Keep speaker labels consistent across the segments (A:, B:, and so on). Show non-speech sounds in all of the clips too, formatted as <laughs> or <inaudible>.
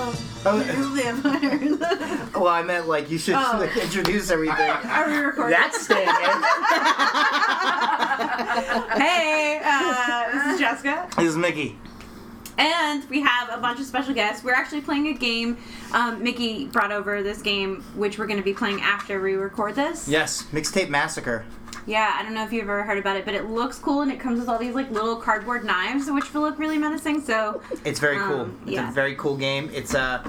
A: Oh,
B: vampires.
A: well, I meant like you should
B: Oh.
A: like, <laughs> introduce everything.
B: <laughs> <laughs> Are we recording?
A: That's <laughs> Stan.
B: <laughs> hey, uh, this is Jessica,
A: this is Mickey.
B: and we have a bunch of special guests. We're actually playing a game. Um, Mickey brought over this game, which we're going to be playing after we record this.
A: Yes. Mixtape Massacre.
B: Yeah, I don't know if you've ever heard about it, but it looks cool, and it comes with all these like little cardboard knives, which will look really menacing. So
A: It's very cool.
B: Um,
A: It's
B: yeah.
A: a very cool game. It's uh,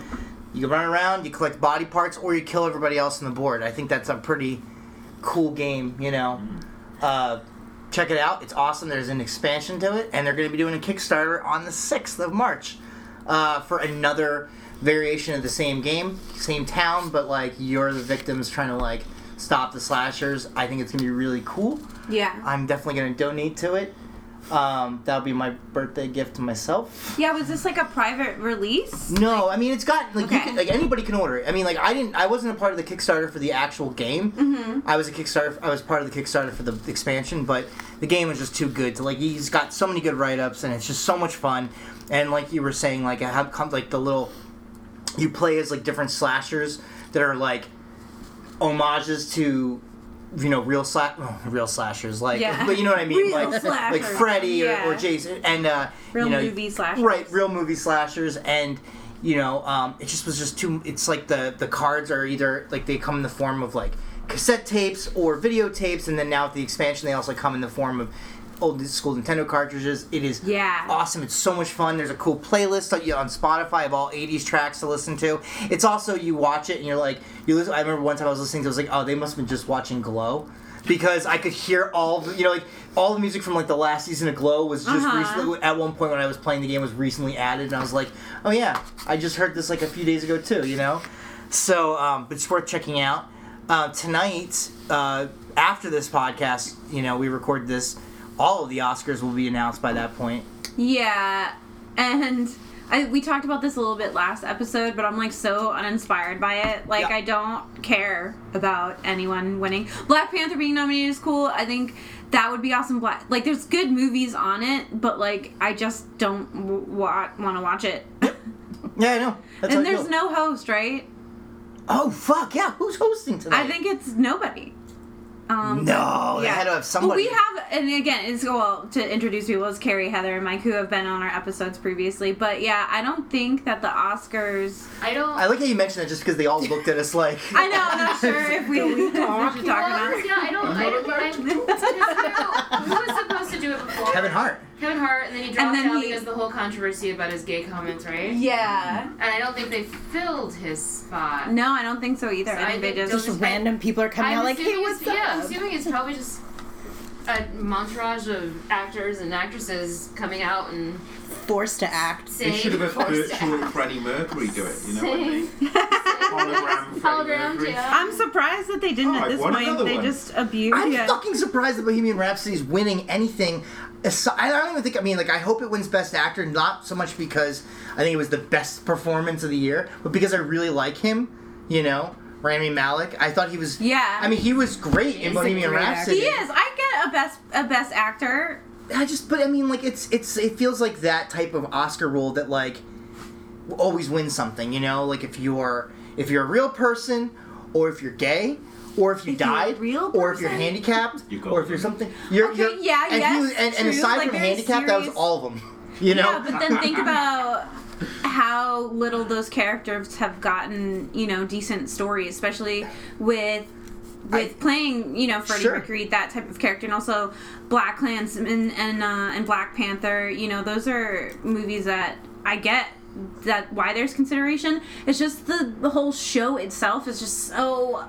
A: you can run around, you collect body parts, or you kill everybody else on the board. I think that's a pretty cool game. You know, uh, check it out. It's awesome. There's an expansion to it, and they're going to be doing a Kickstarter on the sixth of March uh, for another variation of the same game, same town, but like you're the victims trying to like stop the slashers. I think it's going to be really cool.
B: yeah,
A: I'm definitely going to donate to it. Um, that'll be my birthday gift to myself.
B: yeah. Was this like a private release?
A: No, I mean it's got like you
B: Okay.
A: can, like anybody can order it. I mean like I didn't I wasn't a part of the Kickstarter for the actual game.
B: Mm-hmm.
A: I was a Kickstarter I was part of the Kickstarter for the expansion, but the game was just too good to like. He's got so many good write ups and it's just so much fun. And like you were saying, like how come like the little you play as like different slashers that are like homages to you know real sla- oh, real slashers like
B: Yeah.
A: but you know what I mean
B: <laughs> Real
A: like like
B: slashers.
A: Freddy
B: Yeah.
A: or, or Jason and uh,
B: Real
A: you know,
B: movie slashers.
A: right real movie slashers and you know um, it just was just too it's like the the cards are either like they come in the form of like cassette tapes or videotapes and then now with the expansion they also come in the form of old school nintendo cartridges it is
B: Yeah.
A: awesome it's so much fun there's a cool playlist on, on spotify of all 80s tracks to listen to it's also you watch it and you're like you listen, i remember one time i was listening to it I was like oh they must have been just watching glow because i could hear all the, you know like all the music from like the last season of glow was just
B: Uh-huh.
A: recently at one point when I was playing the game was recently added, and I was like, oh yeah, I just heard this like a few days ago too, you know. So, um, but it's worth checking out. Uh, tonight, uh, after this podcast, you know, we record this. All of the Oscars will be announced by that point.
B: Yeah, and I, we talked about this a little bit last episode, but I'm like so uninspired by it. Like
A: Yeah.
B: I don't care about anyone winning. Black Panther being nominated is cool. I think that would be awesome. Black like there's good movies on it, but like I just don't w- wa- want to watch it.
A: Yeah, I know. That's how I
B: and there's
A: feel.
B: no host, right?
A: Oh fuck yeah! Who's hosting tonight?
B: I think it's nobody. Um,
A: No, they had to have somebody.
B: Well, we have, and again, it's well to introduce people is Carrie, Heather, and Mike, who have been on our episodes previously. But yeah, I don't think that the Oscars.
C: I don't.
A: I like how you mentioned that just because they all looked at us like.
B: <laughs> I know, I'm not
A: <laughs>
B: sure if we, <laughs> we should talk
C: well,
B: about. it.
C: yeah, I don't. I don't. I, I, who was supposed to do it before?
A: Kevin Hart.
C: Kevin Hart, and then he dropped
B: then
C: out
B: he-
C: because the whole controversy about his gay comments, right?
B: Yeah.
C: And I don't think they filled his spot.
B: No, I don't think so either.
C: So
B: I
C: I
B: think they
C: think
B: just.
D: just random people are coming
C: I'm
D: out like, hey,
C: assuming
D: what's
C: it's, Yeah, I'm
D: up?
C: assuming it's probably just a montage of actors and actresses coming out and
D: Forced to act.
C: saying.
E: They should
C: <laughs>
E: have a
C: forced to
E: virtual
C: act.
E: Freddie Mercury do it, you know what I
B: <laughs>
E: mean? Hologram Freddie
C: Hologrammed,
E: Mercury.
C: yeah.
B: I'm surprised that they didn't
E: Oh,
B: at
E: I
B: this
E: want
B: point.
E: another
B: They
E: one.
B: just abused.
A: I'm
B: it.
A: fucking surprised that Bohemian Rhapsody's winning anything. Asi- I don't even think. I mean, like, I hope it wins Best Actor, not so much because I think it was the best performance of the year, but because I really like him. You know, Rami Malik. I thought he was.
B: Yeah.
A: I mean, he was great in
D: is a
A: Bohemian
D: great actor.
A: Rhapsody.
B: he is. I get a best a best actor.
A: I just, but I mean, like, it's it's it feels like that type of Oscar role that like always wins something. You know, like if you're if you're a real person, or if you're gay, or if you
B: If you're a
A: died,
B: real
A: or if you're
B: person?
A: handicapped,
E: You go.
A: or if you're something. You're,
B: Okay,
A: you're-
B: yeah,
A: and
B: yes,
A: he- and, and
B: true,
A: aside
B: like
A: from
B: very
A: handicapped, that was
B: serious-
A: all of them. You know.
B: Yeah, but then think about how little those characters have gotten, you know, decent story, especially with with playing, you know, Freddie
A: Sure.
B: Mercury, that type of character, and also Black Klansman and uh, and Black Panther. You know, those are movies that I get that why there's consideration. It's just the the whole show itself is just so.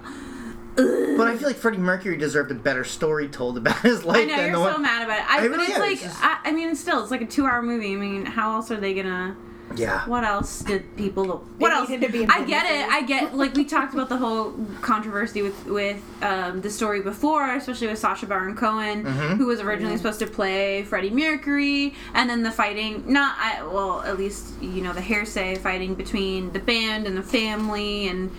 A: But I feel like Freddie Mercury deserved a better story told about his life
B: I know
A: than
B: you're
A: the
B: so
A: one.
B: mad about it. I,
A: I
B: but
A: really
B: it's
A: am,
B: like
A: it's just-
B: I, I mean, still, it's like a two-hour movie. I mean, how else are they gonna?
A: Yeah.
B: What else did people? What else?
D: needed to be
B: I get it.
D: implemented.
B: I get like we talked about the whole controversy with with um, the story before, especially with Sasha Baron Cohen,
A: Mm-hmm.
B: who was originally supposed to play Freddie Mercury, and then the fighting. Not I, well, at least you know the hearsay fighting between the band and the family and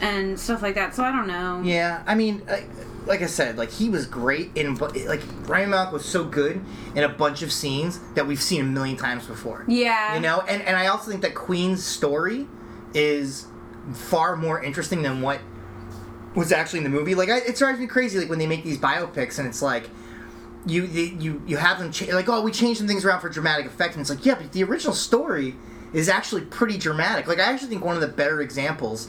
B: and stuff like that. So I don't know.
A: Yeah, I mean, like, like I said, like he was great in bu- like Ryan Malik was so good in a bunch of scenes that we've seen a million times before.
B: Yeah.
A: You know, and and I also think that Queen's story is far more interesting than what was actually in the movie. Like I, it drives me crazy like when they make these biopics and it's like you you you- you have them cha- like oh we changed some things around for dramatic effect and it's like yeah but the original story is actually pretty dramatic. Like I actually think one of the better examples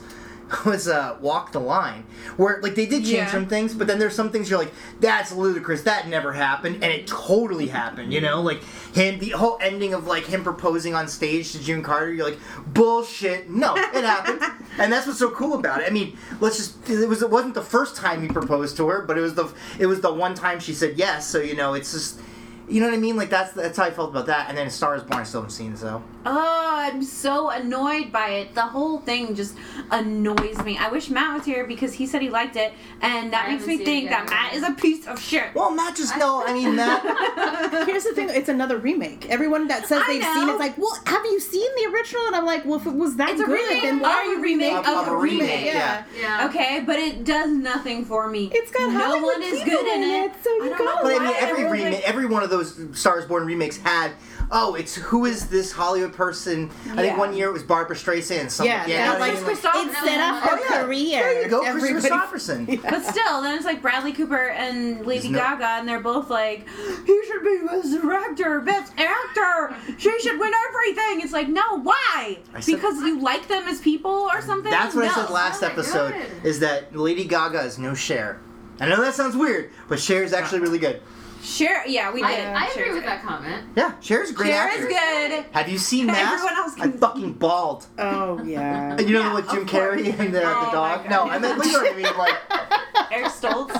A: <laughs> was uh, Walk the Line where like they did change
B: Yeah.
A: some things but then there's some things you're like that's ludicrous that never happened and it totally happened you know like him the whole ending of like him proposing on stage to June Carter you're like bullshit no it <laughs> happened and that's what's so cool about it I mean let's just it was it wasn't the first time he proposed to her but it was the it was the one time she said yes so you know it's just you know what I mean like that's that's how I felt about that and then A Star is Born I still haven't seen so
B: Oh, I'm so annoyed by it. The whole thing just annoys me. I wish Matt was here because he said he liked it, and that
C: I
B: makes
C: haven't
B: me
C: seen it
B: think
C: yet.
B: that Matt is a piece of shit.
A: well Matt just no I mean Matt
D: Here's the thing: it's another remake. Everyone that says
B: I
D: they've
B: know.
D: seen it's like, well, have you seen the original? And I'm like, well, if it was that
B: It's a
D: good,
B: remake
D: then why
B: of
D: are
B: a
D: you
B: oh, remake
D: remaking
B: of a remake,
A: yeah.
C: Yeah.
B: Okay, but it does nothing for me.
D: It's got
B: no
D: Hollywood
B: one is
D: people
B: good in
D: in
B: it.
D: it, so you
B: I don't
D: gotta
B: know
D: like
A: But I mean,
B: why
A: every
B: everyone's
A: remake,
B: like-
A: every one of those Stars Born remakes had. Oh, it's who is this Hollywood person? I think
D: Yeah.
A: one year it was Barbara Streisand. and Something.
D: Yeah,
A: yeah.
D: that
A: I
D: was
A: mean,
B: Chris
A: like-
B: Christopherson
D: It's set up
B: was
D: for
A: Oh, yeah.
D: career.
A: There you go, Chris
B: <laughs>
D: Everybody-
A: Christopherson.
B: But still, then it's like Bradley Cooper and Lady
A: There's no-
B: Gaga, and they're both like, he should be best director, best actor. She should win everything. It's like, no, why?
A: I said-
B: Because you like them as people or something?
A: That's what I
B: No.
A: said last
C: Oh my
A: episode.
C: God.
A: Is that Lady Gaga is no Cher. I know that sounds weird, but Cher is actually really good.
B: Cher, yeah, we did.
C: I, I agree
B: Cher's good.
C: with that comment.
A: Yeah, Cher's a great
B: Cher
A: actress.
B: is good.
A: Have you seen
B: <laughs>
A: Mask?
B: Everyone else
A: I
B: can-
A: fucking bawled.
D: <laughs>
A: <laughs>
D: Oh yeah.
A: You know
B: Yeah,
A: with Jim
B: of course.
A: Carrey and the,
B: Oh
A: the
B: my God.
A: dog? No, I meant you know what I mean. Like
B: Eric Stoltz.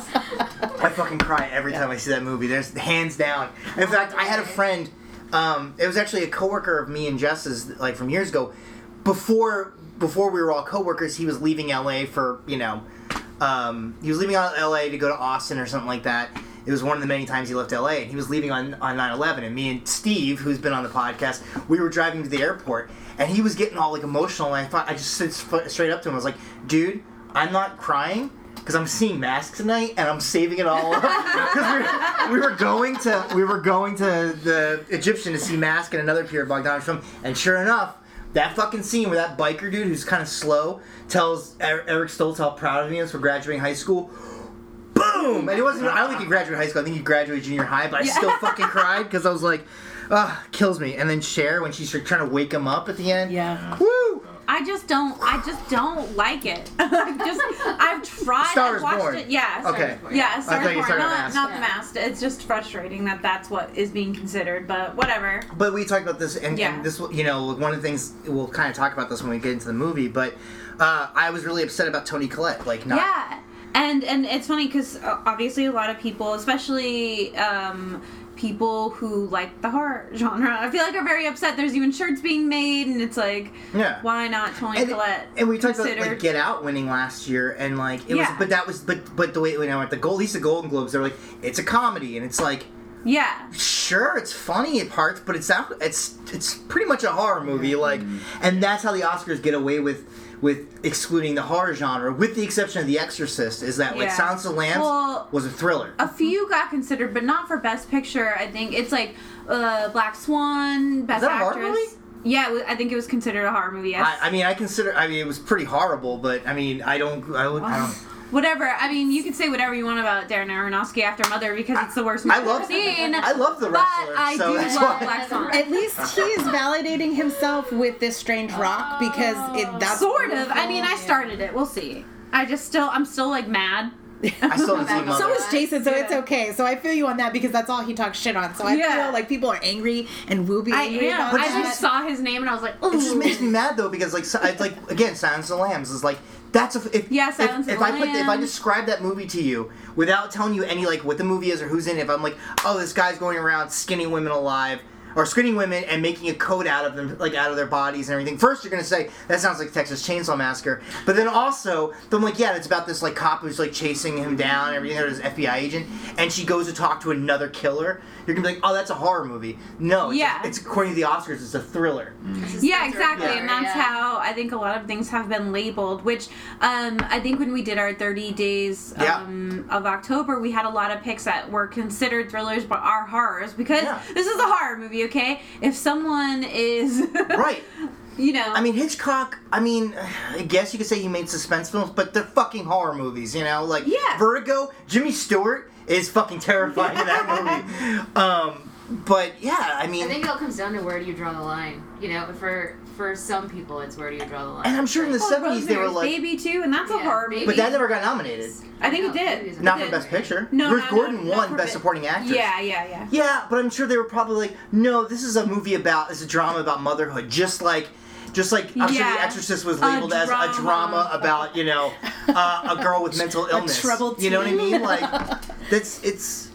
A: I fucking cry every time I see that movie. There's hands down. In fact, I had a friend. Um, it was actually a coworker of me and Jess's, like from years ago. Before before we were all coworkers, he was leaving LA for you know, um, he was leaving out LA to go to Austin or something like that. It was one of the many times he left LA, and he was leaving on on 9/11. And me and Steve, who's been on the podcast, we were driving to the airport, and he was getting all like emotional. And I thought I just stood sp- straight up to him. I was like, "Dude, I'm not crying." Because I'm seeing masks tonight, and I'm saving it all up. <laughs> 'Cause we, were, we were going to we were going to the Egyptian to see Mask and another Peter Bogdanovich film, and sure enough, that fucking scene where that biker dude who's kind of slow tells Er- Eric Stoltz how proud of me is for graduating high school. Boom! And it wasn't. I don't think he graduated high school. I think he graduated junior high, but I still fucking cried because I was like, "Ugh, kills me." And then Cher when she's trying to wake him up at the end.
D: Yeah.
A: Woo!
B: I just don't. I just don't like it. <laughs> I've just. I've tried.
A: Star
B: I've
A: is
B: watched
A: Born.
B: it. Yeah. Star
A: Okay.
B: Yeah,
A: thought
B: sorry
A: you
B: for
A: said
B: it. not,
A: mask.
B: not the mask. It's just frustrating that that's what is being considered, but whatever.
A: But we talked about this, and,
B: Yeah.
A: and this, will- you know, one of the things we'll kind of talk about this when we get into the movie. But uh, I was really upset about Tony Collette, like not.
B: Yeah, and and it's funny because obviously a lot of people, especially um, people who like the horror <laughs> genre, I feel like are very upset. There's even shirts being made, and it's like,
A: Yeah.
B: why not Tony
A: And,
B: Collette?
A: and we talked about like
B: considered-
A: Get Out winning last year, and like it
B: Yeah.
A: was, but that was, but but the way you know at the gold, at least the Golden Globes, they're like it's a comedy, and it's like
B: yeah,
A: sure it's funny at parts, but it's not, it's it's pretty much a horror movie, like, and that's how the Oscars get away with with excluding the horror genre, with the exception of The Exorcist, is that like
B: Yeah.
A: Silence of the Lambs
B: Well-
A: was a thriller.
B: a few got considered, but not for Best Picture. I think it's like uh, Black Swan, Best
A: that a horror
B: Actress.
A: movie?
B: Yeah, it was, I think it was considered a horror movie. Yes.
A: I, I mean, I consider. I mean, it was pretty horrible, but I mean, I don't. I, would, I don't.
B: Whatever. I mean, you can say whatever you want about Darren Aronofsky after Mother because it's the worst movie
A: I love.
B: I've seen.
A: I love the
B: <laughs> but
A: wrestler.
B: I
A: so
B: do
A: that's
B: love
A: why.
B: Black Swan.
D: At least he is validating himself with this strange rock because it
B: Oh.
D: that's
B: sort of. I mean, I started it. We'll see. I just still, I'm still like mad.
A: I still haven't seen
C: So
A: Mother.
D: So is Jason, so
B: Yeah.
D: it's okay. So I feel you on that because that's all he talks shit on. So I
B: Yeah.
D: feel like people are angry and will be
B: I
D: angry
B: am.
D: about
B: I
D: that.
B: just saw his name and I was like, <laughs>
A: it just
B: ooh.
A: makes me mad though because like si- it's like again Silence of the Lambs is like that's a, if
B: Yeah,
A: if-
B: Silence
A: if,
B: of the
A: I put if I
B: Lambs.
A: describe that movie to you without telling you any like what the movie is or who's in it if I'm like oh this guy's going around skinning women alive or skinning women and making a coat out of them like out of their bodies and everything first you're gonna say that sounds like Texas Chainsaw Massacre but then also then I'm like yeah it's about this like cop who's like chasing him down and everything there's this FBI agent and she goes to talk to another killer you're gonna be like oh that's a horror movie no it's,
B: Yeah.
A: it's according to the Oscars it's a thriller
B: Yeah, exactly.
C: Yeah.
B: And that's
C: Yeah.
B: how I think a lot of things have been labeled, which um, I think when we did our 30 days
A: Yeah.
B: um, of October, we had a lot of picks that were considered thrillers but are horrors because
A: Yeah.
B: this is <laughs> a horror movie, okay? If someone is.
A: right
B: you know.
A: I mean, Hitchcock, I mean, I guess you could say he made suspense films, but they're fucking horror movies, you know? Like,
B: Yeah.
A: Vertigo, Jimmy Stewart is fucking terrifying in
B: <laughs>
A: that movie. Um, but yeah, I mean,
C: I think it all comes down to where do you draw the line. You know, for for some people, it's where do you draw the line.
A: and I'm sure in the
B: Well,
A: 70s they were
B: Rosemary's
A: like,
B: Baby too, and that's a
C: Yeah,
B: horror
C: Baby.
B: movie.
A: but that never got nominated.
B: I think it
C: No,
B: did.
C: movies are
A: Not
C: good.
A: for Best Picture.
B: No,
A: Ruth
B: no, no,
A: Gordon
B: not
A: won
B: for
A: Best
B: Be-
A: Supporting Actress.
B: Yeah, yeah, yeah.
A: Yeah, but I'm sure they were probably like, no, this is a movie about, it's a drama about motherhood, just like, just like I'm sure
B: Yeah.
A: The Exorcist was
B: A
A: labeled as a drama
B: drama.
A: about, you know, uh, a girl with mental illness.
D: troubled
A: you know what I
D: teen.
A: mean? Like, that's it's.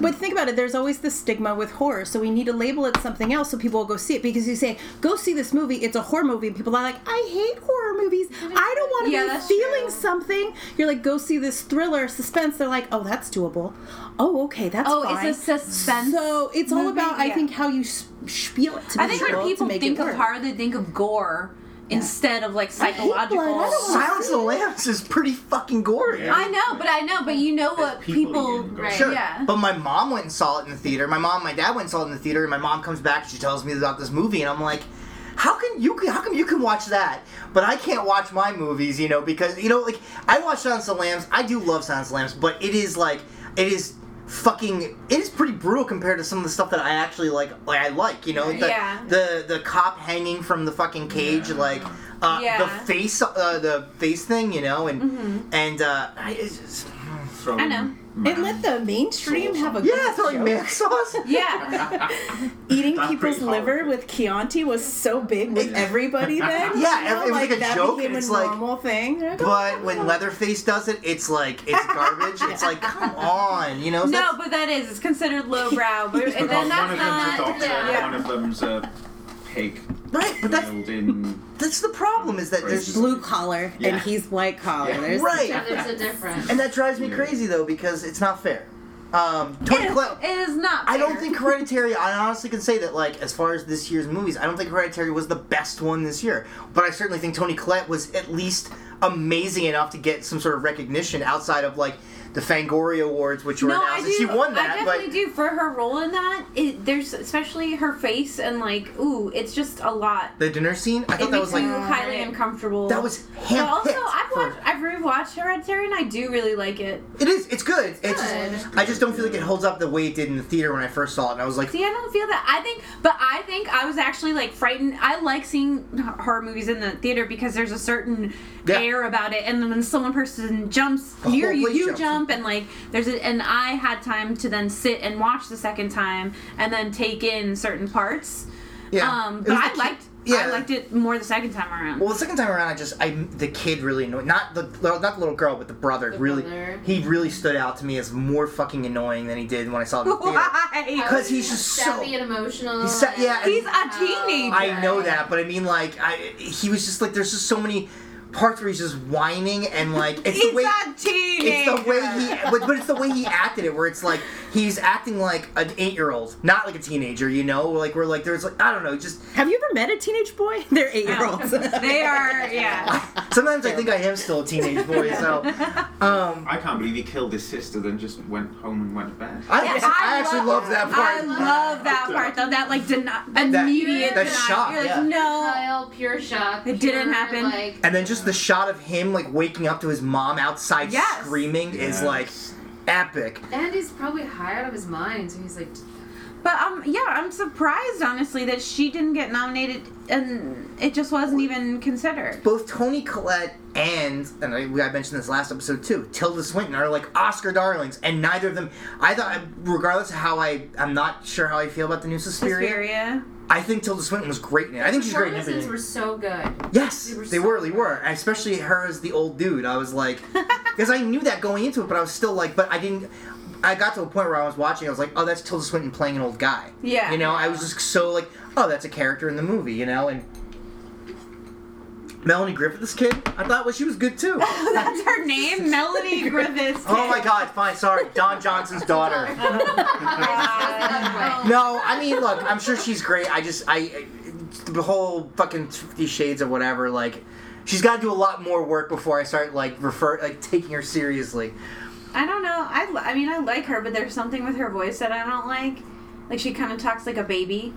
D: But think about it. There's always this stigma with horror, so we need to label it something else so people will go see it. Because you say, "Go see this movie. It's a horror movie," and people are like, "I hate horror movies. I don't want to
B: Yeah,
D: be
B: that's
D: feeling
B: true.
D: something." You're like, "Go see this thriller, suspense." They're like, "Oh, that's doable. Oh, okay, that's
B: Oh,
D: fine."
B: it's a suspense.
D: so it's all
B: movie?
D: about, I
B: Yeah.
D: think, how you s- spiel it to
B: I think
D: people
B: when
D: to
B: people
D: make
B: think
D: it
B: of
D: work.
B: horror, they think of gore instead of like
D: hate blood. I
B: psychological.
D: don't want-
A: Silence of the Lambs is pretty fucking gory.
E: Yeah.
B: I know, but I know, but you know what
E: people
B: people,
E: eating
B: right?
E: gore.
A: Sure.
B: Yeah.
A: But my mom went and saw it in the theater. My mom, and my dad went and saw it in the theater, and my mom comes back. She tells me about this movie, and I'm like, how can you? How come you can watch that, but I can't watch my movies? You know, because you know, like I watch Silence of the Lambs. I do love Silence of the Lambs, but it is like it is fucking it is pretty brutal compared to some of the stuff that I actually like like I like you know the
B: Yeah.
A: the, the cop hanging from the fucking cage like uh, the
B: Yeah. Mm-hmm.
A: face uh, the face thing you know and and uh, I, it's just,
E: Throwing
B: I know.
D: and
E: <laughs>
D: let the mainstream have a
A: yeah
D: good
A: throwing
D: joke.
A: man sauce
B: <laughs>
E: <laughs>
B: Yeah.
D: eating
E: That's
D: people's
E: pretty
D: liver
E: powerful.
D: with Chianti was so big with everybody then.
A: <laughs> Yeah,
D: you know,
A: it was like a
D: that
A: joke,
D: Became
A: it's
D: a
A: like-
D: normal thing. Like, oh,
A: But when Leatherface does it, it's like it's garbage. It's like come on, you know. so
B: no,
A: that's-
B: but that is it's considered lowbrow, but and
E: Because
B: then
E: one of
B: that's
E: them's a
B: not.
E: doctor,
C: yeah.
E: one of them's a pig
A: right, but that's
E: wheeled in.
A: that's the problem is that there's
E: Racism.
D: blue collar
E: Yeah.
D: and he's white collar.
E: Yeah.
D: There's
C: So
A: right,
C: there's a difference.
A: and that drives me crazy though because it's not fair. Um, Tony Collette.
B: It is not.
A: I don't
B: fair.
A: think Hereditary. I honestly can say that, like, as far as this year's movies, I don't think Hereditary was the best one this year. But I certainly think Tony Collette was at least amazing enough to get some sort of recognition outside of like the Fangoria Awards, which were
B: No, I
A: announced.
B: do.
A: and she won that,
B: I definitely
A: but
B: do for her role in that. It, there's especially her face and like, ooh, it's just a lot.
A: the dinner scene. I
B: It
A: thought that
B: makes
A: was like
B: you highly uncomfortable.
A: that was
B: But
A: hand
B: also, I've watched, I've rewatched Hereditary, and I do really like it.
A: It is. It's good. It's,
C: good.
A: just- I just don't feel like it holds up the way it did in the theater when I first saw it, and I was like,
B: See, I don't feel that. I think, but I think I was actually like frightened. I like seeing h- horror movies in the theater because there's a certain
A: Yeah.
B: air about it, and then when someone person jumps
A: The
B: near
A: whole
B: you,
A: place
B: you
A: jumps.
B: jump, and like there's a, and I had time to then sit and watch the second time, and then take in certain parts.
A: yeah.
B: Um,
A: It
B: but
A: was
B: I
A: the ki-
B: liked, I liked it more the second time around.
A: Well, the second time around, I just I the kid really annoyed. Not the not the little girl, but the brother
C: The
A: really.
C: brother.
A: He really stood out to me as more fucking annoying than he did when I saw it in the
D: <laughs>
A: theater.
B: Why?
A: 'Cause he's just so-
C: sappy and emotional. um,
A: He's sa- yeah,
B: He's
A: and-
B: a teenager.
A: I know that, but I mean, like, I he was just like, there's just so many parts where he's just whining and like it's
B: He's
A: the way.
B: a teenager.
A: it's the way he, but, but it's the way he acted it, where it's like he's acting like an eight-year-old, not like a teenager. You know, like we're like there's like I don't know, just
D: Have you ever met a teenage boy? <laughs> They're eight year olds.
B: they are, yeah.
A: Sometimes I think I am still a teenage boy,
B: <laughs>
A: so um,
E: I can't believe he killed his sister, then just went home and went to bed.
A: I,
B: Yeah,
A: I, actually love that
B: I
A: part.
B: love that part though. That like deni- immediate
A: that
B: denial.
A: shock,
B: You're like,
A: yeah.
B: no.
C: Kyle, pure shock.
B: It didn't
C: pure,
B: happen.
C: Like,
A: and then just the shot of him like waking up to his mom outside
B: Yes.
A: screaming is like epic.
C: and he's probably high out of his mind, so he's like,
B: But um, yeah, I'm surprised honestly that she didn't get nominated, and it just wasn't even considered.
A: Both Tony Collette and and I, I mentioned this last episode too. Tilda Swinton are like Oscar darlings, and neither of them. I thought, regardless of how I, I'm not sure how I feel about the new Suspiria.
B: Suspiria.
A: I think Tilda Swinton was great in it. I think she's great in
C: performances
A: everything.
C: were so good.
A: Yes,
C: They were
A: they
C: so
A: were. They
C: good.
A: were. Especially her as the old dude. I was
C: <laughs>
A: like, because I knew that going into it, but I was still like, but I didn't. I got to a point where I was watching. I was like, oh, that's Tilda Swinton playing an old guy.
B: Yeah.
A: You know, I was just so like, oh, that's a character in the movie. You know, and Melanie Griffith, this kid, I thought well, she was good
C: <laughs>
A: too. oh
B: That's her
A: <laughs>
B: name, Melanie Griffiths.
A: my God! Fine, sorry, Don Johnson's daughter.
B: God.
A: No, I mean, look, I'm sure she's great. I just, I, the whole fucking Fifty Shades or whatever, like, she's got to do a lot more work before I start, like, refer, like, taking her seriously.
B: I don't know. I I mean I like her, but there's something with her voice that I don't like. Like she kind of talks like a baby.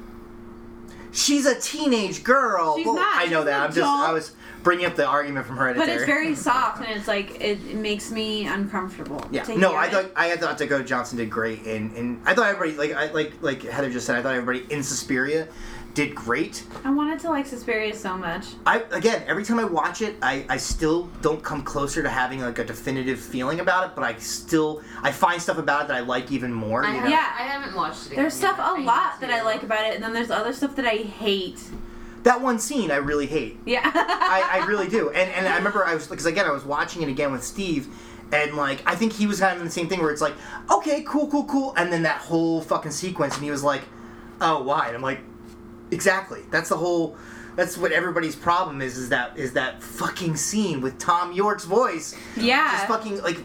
A: she's a teenage girl.
B: She's
A: Well,
B: not.
A: I know
B: She's
A: that.
B: an
A: I'm just I
B: adult.
A: was bringing up the argument from Hereditary.
B: But it's very soft, and it's like it, it makes me uncomfortable.
A: Yeah.
B: to
A: No,
B: hear
A: I
B: it.
A: thought I had thought Dakota Johnson did great, and and I thought everybody like I like like Heather just said. I thought everybody in Suspiria did great.
B: I wanted to like Suspiria so much.
A: I again, every time I watch it, I I still don't come closer to having like a definitive feeling about it, but I still I find stuff about it that I like even more.
C: I
A: you know?
C: haven't,
B: Yeah.
C: I haven't watched it.
B: There's
C: again
B: stuff
C: yet.
B: a
C: need
B: lot that I
C: to.
B: like about it, and then there's other stuff that I hate. <laughs>
A: That one scene I really hate.
B: Yeah.
A: I, I really do. And and I remember I was because again I was watching it again with Steve, and like I think he was having the same thing where it's like, okay, cool, cool, cool, and then that whole fucking sequence, and he was like, oh, why? And I'm like, exactly. That's the whole. That's what everybody's problem is. Is that is that fucking scene with Tom York's voice?
B: yeah.
A: Just fucking like,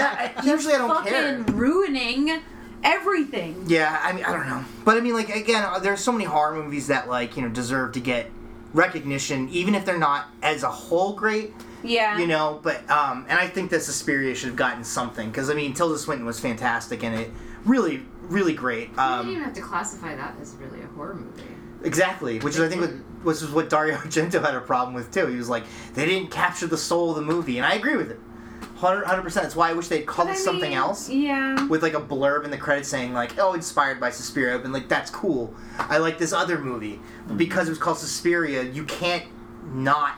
B: <laughs>
A: that I, usually I don't
B: fucking
A: care.
B: ruining everything.
A: Yeah, I mean, I don't know, but I mean, like again, uh, there's so many horror movies that like you know deserve to get recognition, even if they're not as a whole great
B: Yeah.
A: you know but um and i think that Suspiria should have gotten something because i mean tilda swinton was fantastic in it really really great
C: you didn't even
A: um
C: have to classify that as really a horror movie.
A: exactly which is i think what which is what dario <laughs> argento had a problem with too he was like they didn't capture the soul of the movie and i agree with it 100 percent. that's why i wish they'd called
B: I
A: it something
B: mean,
A: else
B: Yeah.
A: with like a blurb in the credits saying like oh inspired by Suspiria and like that's cool I like this other movie But because it was called Suspiria you can't not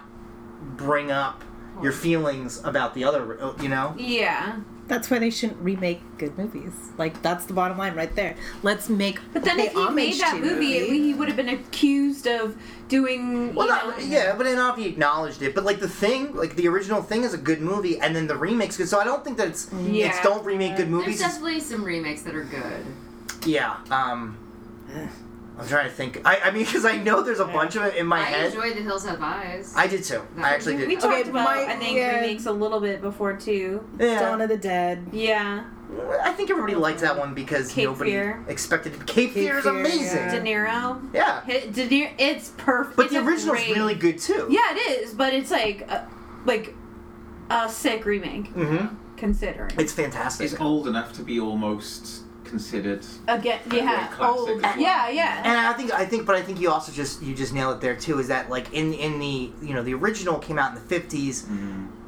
A: bring up your feelings about the other uh, you know
B: Yeah.
D: <laughs> That's why they shouldn't remake good movies. Like that's the bottom line right there. Let's make.
B: But then
D: pay
B: if he
D: homage
B: made that
D: to
B: movie, it- he would have been accused of doing.
A: Well,
B: you
A: not,
B: know-
A: yeah, but not if he acknowledged it. But like the thing, like the original thing is a good movie, and then the remakes. good. So I don't think that it's
B: Yeah.
A: it's don't remake good
C: There's
A: movies. it's-
C: definitely some remakes that are good.
A: yeah. Um, I'm trying to think. I, I mean, because I know there's a bunch of it in my
C: I
A: head.
C: enjoyed The Hills Have Eyes.
A: I did too. I actually
B: We
A: did.
B: talked
D: Okay,
B: about,
D: my-
B: I think,
D: yeah.
B: remakes a little bit before too.
D: Dawn
A: Yeah.
D: of the Dead.
B: Yeah,
A: I think everybody liked that one because
B: Cape
A: nobody
B: Fear.
A: expected. It. Cape, Fear is
D: Fear,
A: amazing.
B: De
A: Yeah.
D: yeah.
B: Niro. Hi- De Niro, it's perfect.
A: But
B: it's
A: the
B: a
A: original's
B: great-
A: really good too.
B: Yeah, it is, but it's like, a, like, a sick remake
A: Mm-hmm.
B: considering.
A: It's fantastic.
E: It's old enough to be almost considered.
B: Again,
E: a
B: yeah,
E: classic
B: old.
E: as well.
B: Yeah, yeah.
A: And I think I think, but I think you also just you just nailed it there too. Is that like in in the you know the original came out in the fifties,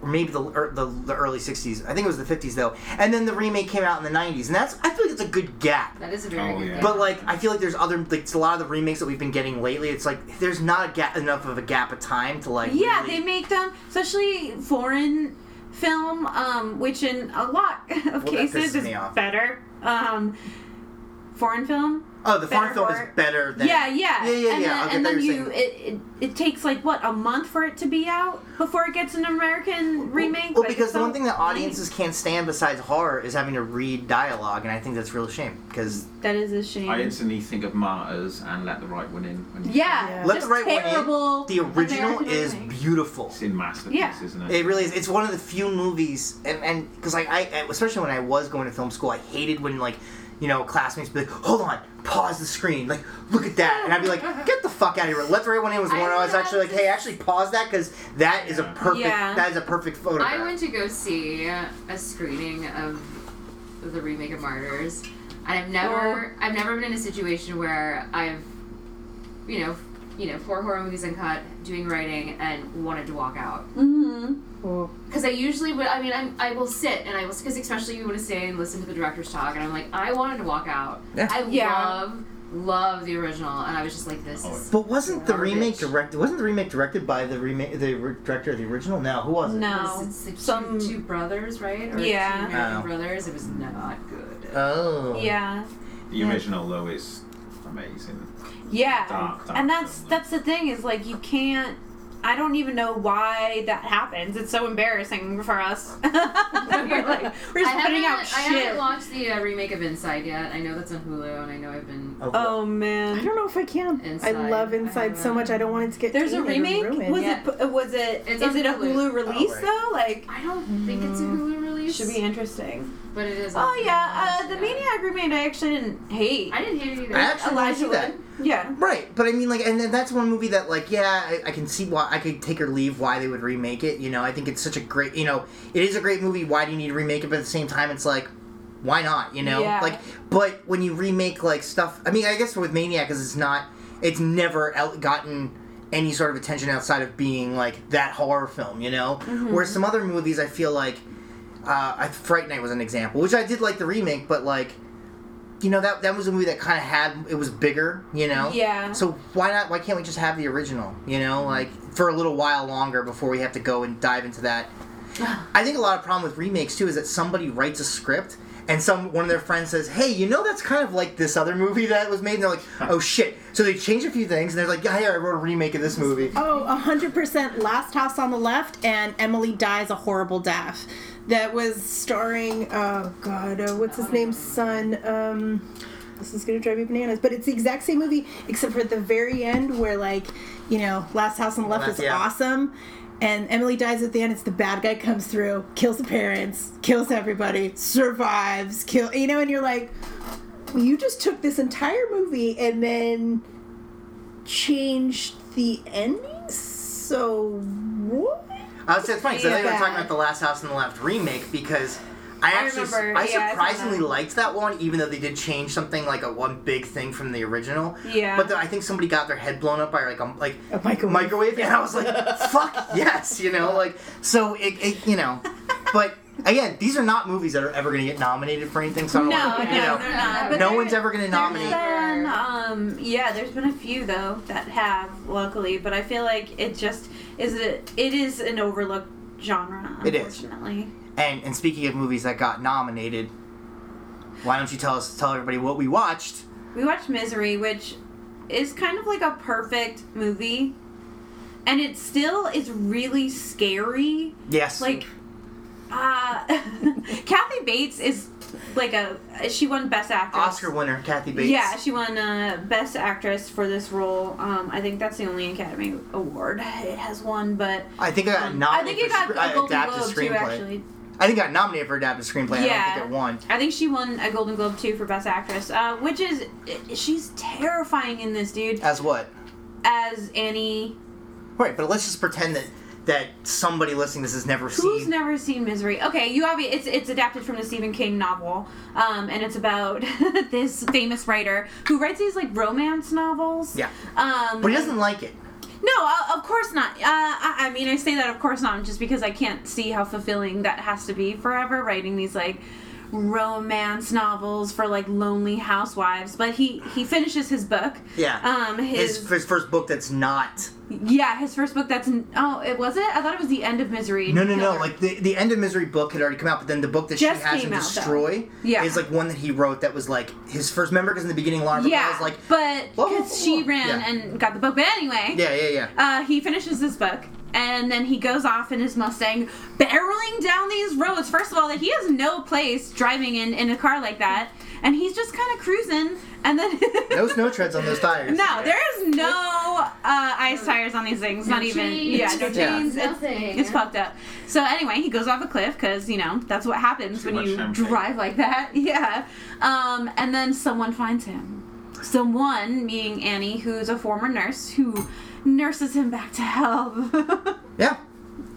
A: or maybe the, or the the early sixties. I think it was the fifties though, and then the remake came out in the nineties, and that's I feel like it's a good gap.
C: That is a very
E: Oh,
C: good
E: yeah.
C: game.
A: But like I feel like there's other like it's a lot of the remakes that we've been getting lately. It's like there's not a gap enough of a gap of time to like
B: Yeah,
A: really-
B: they make them, especially foreign film, um, which in a lot <laughs> of
A: that
B: cases
A: pisses
B: is
A: me off.
B: better. Um, foreign film.
A: oh the foreign
B: better
A: film
B: for-
A: is better than
B: yeah, yeah,
A: yeah yeah
B: and
A: yeah.
B: Then,
A: okay,
B: and
A: I
B: then
A: thought you
B: you,
A: were saying-
B: it, it, it takes like what a month for it to be out before it gets an American remake.
A: Well,
B: but
A: because
B: it's
A: the
B: so
A: one thing that
B: funny.
A: audiences can't stand besides horror is having to read dialogue, and I think that's a real shame because
B: that is a shame.
E: I instantly think of Martyrs and Let the Right One In. When you
B: yeah,
D: Yeah.
A: Let
B: just
A: the right
B: terrible
A: one in. The original
B: American
A: is
B: remake.
A: beautiful.
E: It's in masterpiece,
B: Yeah.
E: isn't
A: It really is. It's one of the few movies, and and because like I, I- especially when I was going to film school, I hated when like, you know, classmates be like, "Hold on, pause the screen, like look at that," and I'd
B: <laughs>
A: be like, "Get the fuck out of here!" Let the right one in was the
C: I
A: one I was
C: had
A: actually like, "Hey, actually pause that because that is
E: Yeah.
A: a perfect
B: Yeah.
A: that is a perfect photo."
C: I went to go see a screening of the remake of Martyrs, and I've never, I've never been in a situation where I've, you know, you know, four horror movies uncut, doing writing, and wanted to walk out.
B: Mhm.
D: Oh.
C: Because I usually would. I mean, I'm, I will sit and I will because especially you want to stay and listen to the director's talk, and I'm like, I wanted to walk out.
A: Yeah.
C: I
B: Yeah.
C: love, love the original, and I was just like, this
E: Oh,
C: is.
A: But wasn't the
C: Garbage.
A: remake directed? Wasn't the remake directed by the remake the re- director of the original? No, who was it?
B: No,
C: It's the two-
B: some
C: two, brothers, right? Or
B: Yeah.
C: Two American
A: Oh.
C: brothers. It was not good.
A: Oh,
B: yeah.
E: it? The original, though, is amazing.
B: Yeah,
E: Dark, dark
B: and that's
E: film.
B: that's the thing is like you can't. I don't even know why that happens. It's so embarrassing for us. <laughs> we're, like, we're
C: I
B: just putting out
C: haven't- I haven't
B: shit.
C: watched the uh, remake of Inside yet. I know that's on Hulu, and I know I've been.
A: Oh,
B: Oh
D: I
B: man,
D: don't know if I can. I
C: Inside.
D: love
C: I
D: Inside so
C: haven't-
D: much. I don't want it to get.
B: there's a
D: tainted or
B: remake.
D: ruined.
B: Was
C: Yeah.
B: it? Was it? is
C: It's on
B: it a
C: Hulu.
B: Hulu release
A: Oh, right.
B: though? Like
C: I don't think it's a Hulu release.
B: Mm. should be interesting.
C: but it is. on
B: Oh
C: Hulu.
B: yeah, uh, the Maniac remake I actually didn't hate.
C: I didn't hate it either.
A: I actually wanna see that.
B: Wood. Yeah.
A: Right, but I mean, like, and then that's one movie that, like, yeah, I, I can see why I could take or leave why they would remake it. You know, I think it's such a great, you know, it is a great movie. Why do you need to remake it? But at the same time, it's like, why not? You know,
B: Yeah.
A: like, but when you remake like stuff, I mean, I guess with Maniac, because it's not, it's never el- gotten any sort of attention outside of being like that horror film, you know.
B: Mm-hmm.
A: Whereas some other movies, I feel like uh, I, Fright Night was an example, which I did like the remake, but like. You know that that was a movie that kind of had it was bigger, you know.
B: Yeah.
A: So why not? Why can't we just have the original? You know, like for a little while longer before we have to go and dive into that I think a lot of problem with remakes too is that somebody writes a script and some one of their friends says, "Hey, you know that's kind of like this other movie that was made." And they're like, "Oh shit!" So they change a few things and they're like, "Yeah, yeah, I wrote a remake of this movie."
D: Oh, 100% Last House on the Left and Emily Dies a Horrible Death. That was starring, oh god, uh, what's his name's son? Um, this is gonna drive you bananas. But it's the exact same movie, except for at the very end where, like, you know, Last House on the Left is
A: Yeah.
D: awesome. And Emily dies at the end. It's the bad guy comes through, kills the parents, kills everybody, survives, kill. You know, and you're like, you just took this entire movie and then changed the ending. So what?
A: I was, that's funny 'cause I think we were
D: Yeah.
A: talking about the Last House on the Left remake because I actually
B: remember, yeah,
A: I
B: I saw
A: surprisingly
B: that.
A: liked that one, even though they did change something like a one big thing from the original.
B: Yeah.
A: But the, I think somebody got their head blown up by like a like
D: A microwave.
A: microwave, and I
B: <laughs>
A: was like, "Fuck yes," you know, like so it, it you know, but. Again, these are not movies that are ever going to get nominated for anything. So I don't
B: No,
A: wanna,
B: no,
A: you know,
B: they're not. But
A: no
B: there-
A: one's ever going to nominate.
B: There's been, um, yeah, there's been a few though that have luckily, but I feel like it just is a, it is an overlooked genre.
A: It is.
B: Unfortunately.
A: And and speaking of movies that got nominated, why don't you tell us tell everybody what we watched?
B: We watched Misery, which is kind of like a perfect movie, and it's still it's really scary.
A: Yes,
B: Like, uh, <laughs> Kathy Bates is like a she won Best Actress.
A: Oscar winner Kathy Bates.
B: Yeah, she won uh, Best Actress for this role. Um, I think that's the only Academy Award it has won, but
A: I think I got
B: um, I
A: nominated
B: think it got
A: for
B: a
A: scr- uh,
B: Golden
A: adapted
B: Globe too.
A: screenplay.
B: Actually,
A: I think I got nominated for adapted screenplay. I
B: Yeah.
A: don't think it won.
B: I think she won a Golden Globe too for Best Actress, uh, which is she's terrifying in this dude
A: As what?
B: as Annie.
A: Right, but let's just pretend that that somebody listening to this has never
B: Who's
A: seen.
B: never seen Misery? Okay, you obvi- it's it's adapted from the Stephen King novel, um, and it's about <laughs> this famous writer who writes these like romance novels.
A: Yeah.
B: um,
A: but he doesn't like it.
B: No, uh, of course not. Uh, I, I mean, I say that of course not, just because I can't see how fulfilling that has to be forever writing these like romance novels for like lonely housewives. But he he finishes his book.
A: Yeah.
B: Um,
A: His,
B: his,
A: his first book that's not.
B: yeah, his first book. That's n- oh, it was it. I thought it was the end of misery.
A: No, no, no.
B: Killer.
A: Like the, the End of Misery book had already come out, but then the book that
B: Just
A: she has
B: came
A: in
B: out, though.
A: Destroy
B: Yeah.
A: is like one that he wrote that was like his first member because in the beginning Lauren Bacall
B: yeah,
A: was like,
B: but
A: Whoa, whoa,
B: because she
A: whoa.
B: ran
A: Yeah.
B: and got the book. But anyway,
A: yeah, yeah, yeah.
B: uh, he finishes this book and then he goes off in his Mustang, barreling down these roads. First of all, that he has no place driving in in a car like that, and he's just kind of cruising. And then <laughs>
A: no snow treads on those tires.
B: no, there is no uh, ice tires on these things. not even
C: Chains,
B: yeah, no
C: no
A: Yeah.
B: chains.
C: chains,
B: It's-
C: nothing.
B: It's fucked up. So anyway, he goes off a cliff because you know that's what happens
E: Too
B: when
E: much
B: you
E: champagne.
B: drive like that. <laughs> Yeah, um, and then someone finds him. Someone, meaning Annie, who's a former nurse who nurses him back to health. <laughs>
A: Yeah,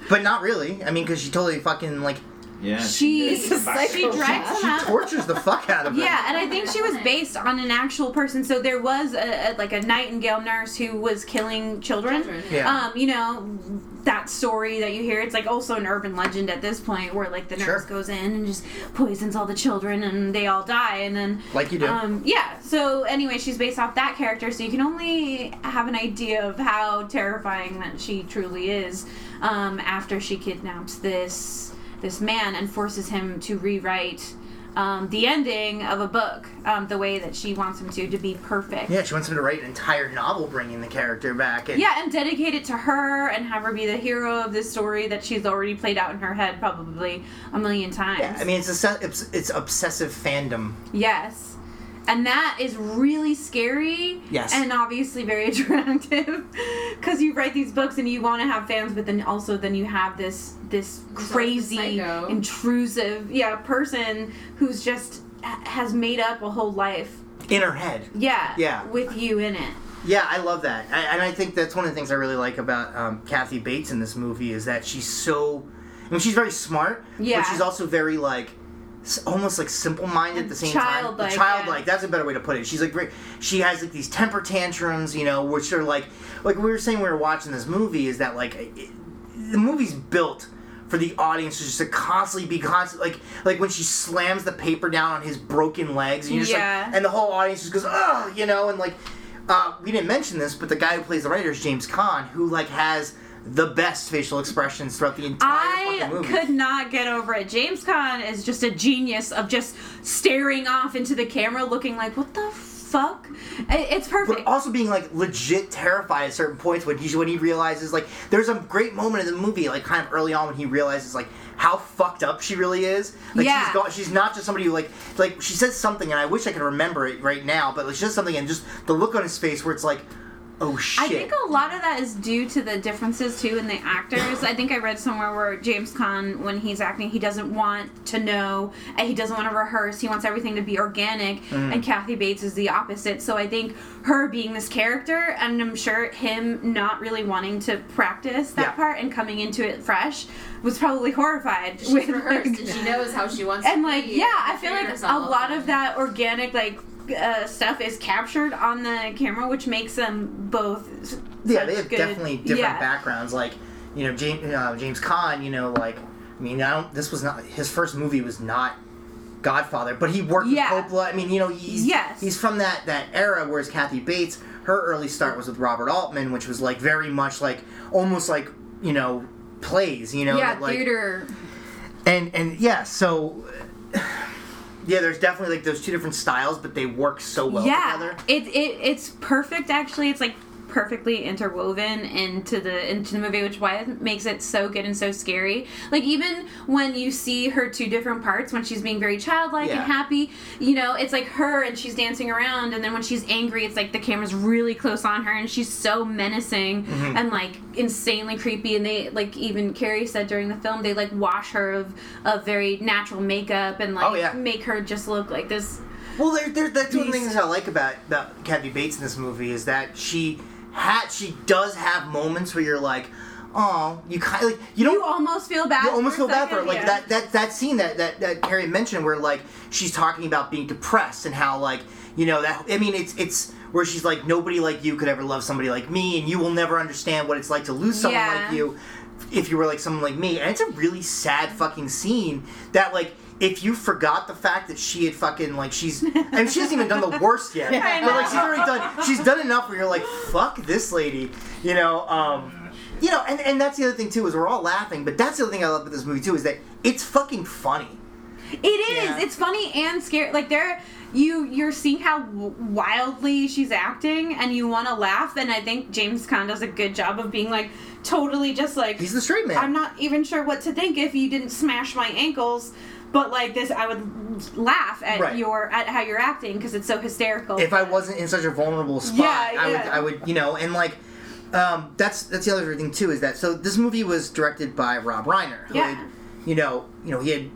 A: but not really. I mean, because she totally fucking like
E: Yeah.
B: she
E: did.
D: It's a psycho-
E: Oh,
B: she drags
A: she
B: him out.
A: tortures the fuck out of him.
B: Uh-huh. Yeah, and I think she was based on an actual person. So there was a, a like a nightingale nurse who was killing children.
C: Children,
A: Yeah.
B: Um, you know, that story that you hear, it's like also an urban legend at this point where like the nurse
A: Sure.
B: goes in and just poisons all the children and they all die and then
A: Like you do.
B: Um yeah. So anyway, she's based off that character, so you can only have an idea of how terrifying that she truly is um after she kidnaps this this man and forces him to rewrite um, the ending of a book um, the way that she wants him to to be perfect
A: Yeah, she wants him to write an entire novel bringing the character back. And
B: yeah, and dedicate it to her and have her be the hero of this story that she's already played out in her head probably a million times.
A: Yeah, I mean, it's, a, it's it's obsessive fandom.
B: yes. And that is really scary.
A: Yes.
B: And obviously very <laughs> attractive because you write these books and you want to have fans, but then also then you have this this
C: also
B: crazy,
C: psycho.
B: intrusive, yeah, person who's just ha- has made up a whole life,
A: in her head.
B: yeah,
A: Yeah.
B: with you in it.
A: Yeah, I love that, I, and I think that's one of the things I really like about um, Kathy Bates in this movie is that she's so. I mean, she's very smart,
B: Yeah.
A: but she's also very like s- almost like simple minded at the same
B: Childlike,
A: time.
B: yeah.
A: Childlike. That's a better way to put it. She's like very, she has like these temper tantrums, you know, which are like like we were saying we were watching this movie is that like it, the movie's built for the audience to just to constantly be constant like like when she slams the paper down on his broken legs and you're just
B: Yeah.
A: like and the whole audience just goes oh you know and like uh, we didn't mention this but the guy who plays the writer is James Caan who like has the best facial expressions throughout the entire
B: I
A: fucking movie.
B: could not get over it. James Caan is just a genius of just staring off into the camera, looking like, "What the fuck?" I- It's perfect.
A: but also being like legit terrified at certain points when he when he realizes like there's a great moment in the movie like kind of early on when he realizes like how fucked up she really is. Like
B: Yeah.
A: she's got she's not just somebody who like like she says something and I wish I could remember it right now, but like, she says something and just the look on his face where it's like, oh shit.
B: I think a lot of that is due to the differences too in the actors. I think I read somewhere where James Caan, when he's acting, he doesn't want to know, and he doesn't want to rehearse. He wants everything to be organic.
A: Mm-hmm.
B: And Kathy Bates is the opposite. So I think her being this character, and I'm sure him not really wanting to practice that
A: Yeah.
B: part and coming into it fresh, was probably horrified.
C: She's rehearsed and she knows how she wants
B: and
C: to
B: like
C: be
B: yeah i
C: and
B: feel
C: carry
B: like a
C: herself.
B: lot of that organic like uh, stuff is captured on the camera which makes them both s-
A: yeah,
B: such
A: they have
B: good-
A: definitely different
B: yeah.
A: backgrounds. Like, you know, James, uh, James Caan, you know, like, I mean, I don't, this was not, his first movie was not Godfather, but he worked
B: Yeah.
A: with Coppola. I mean, you know, he's,
B: Yes.
A: he's from that, that era, whereas Kathy Bates, her early start was with Robert Altman, which was, like, very much, like, almost like, you know, plays, you know?
B: yeah
A: that, like,
B: theater
A: and and yeah so <sighs> yeah there's definitely like those two different styles but they work so well
B: yeah
A: together
B: it, it it's perfect actually it's like perfectly interwoven into the into the movie which why it makes it so good and so scary like even when you see her two different parts when she's being very childlike
A: Yeah.
B: and happy you know it's like her and she's dancing around and then when she's angry it's like the camera's really close on her and she's so menacing
A: Mm-hmm.
B: and like insanely creepy and they like even carrie said during the film they like wash her of of very natural makeup and like
A: Oh, yeah.
B: make her just look like this
A: Well, there, there, that's one of the
B: These-
A: things I like about, about Kathy Bates in this movie is that she had she does have moments where you're like, oh, you kind of like you don't
B: you almost feel bad.
A: you almost
B: for a
A: feel bad for her.
B: second,
A: Like
B: yeah.
A: that, that that scene that, that that Carrie mentioned, where like she's talking about being depressed and how like you know that I mean it's it's where she's like nobody like you could ever love somebody like me, and you will never understand what it's like to lose someone
B: Yeah.
A: like you if you were like someone like me. And it's a really sad fucking scene that like. If you forgot the fact that she had fucking like she's I mean she hasn't even done the worst yet.
B: I
A: But like
B: know.
A: she's already done she's done enough where you're like, fuck this lady. You know, um you know, and, and that's the other thing too is we're all laughing, but that's the other thing I love about this movie too is that it's fucking funny.
B: It is.
A: Yeah.
B: It's funny and scary. Like there, you you're seeing how w- wildly she's acting, and you want to laugh. And I think James Caan does a good job of being like totally just like
A: He's the straight man.
B: I'm not even sure what to think if you didn't smash my ankles. But like this, I would laugh at
A: Right.
B: your at how you're acting because it's so hysterical.
A: if I wasn't in such a vulnerable spot,
B: Yeah,
A: I would
B: yeah.
A: I would you know, and like um, that's that's the other thing too is that so this movie was directed by Rob Reiner. Who
B: Yeah.
A: had, you know, you know, he had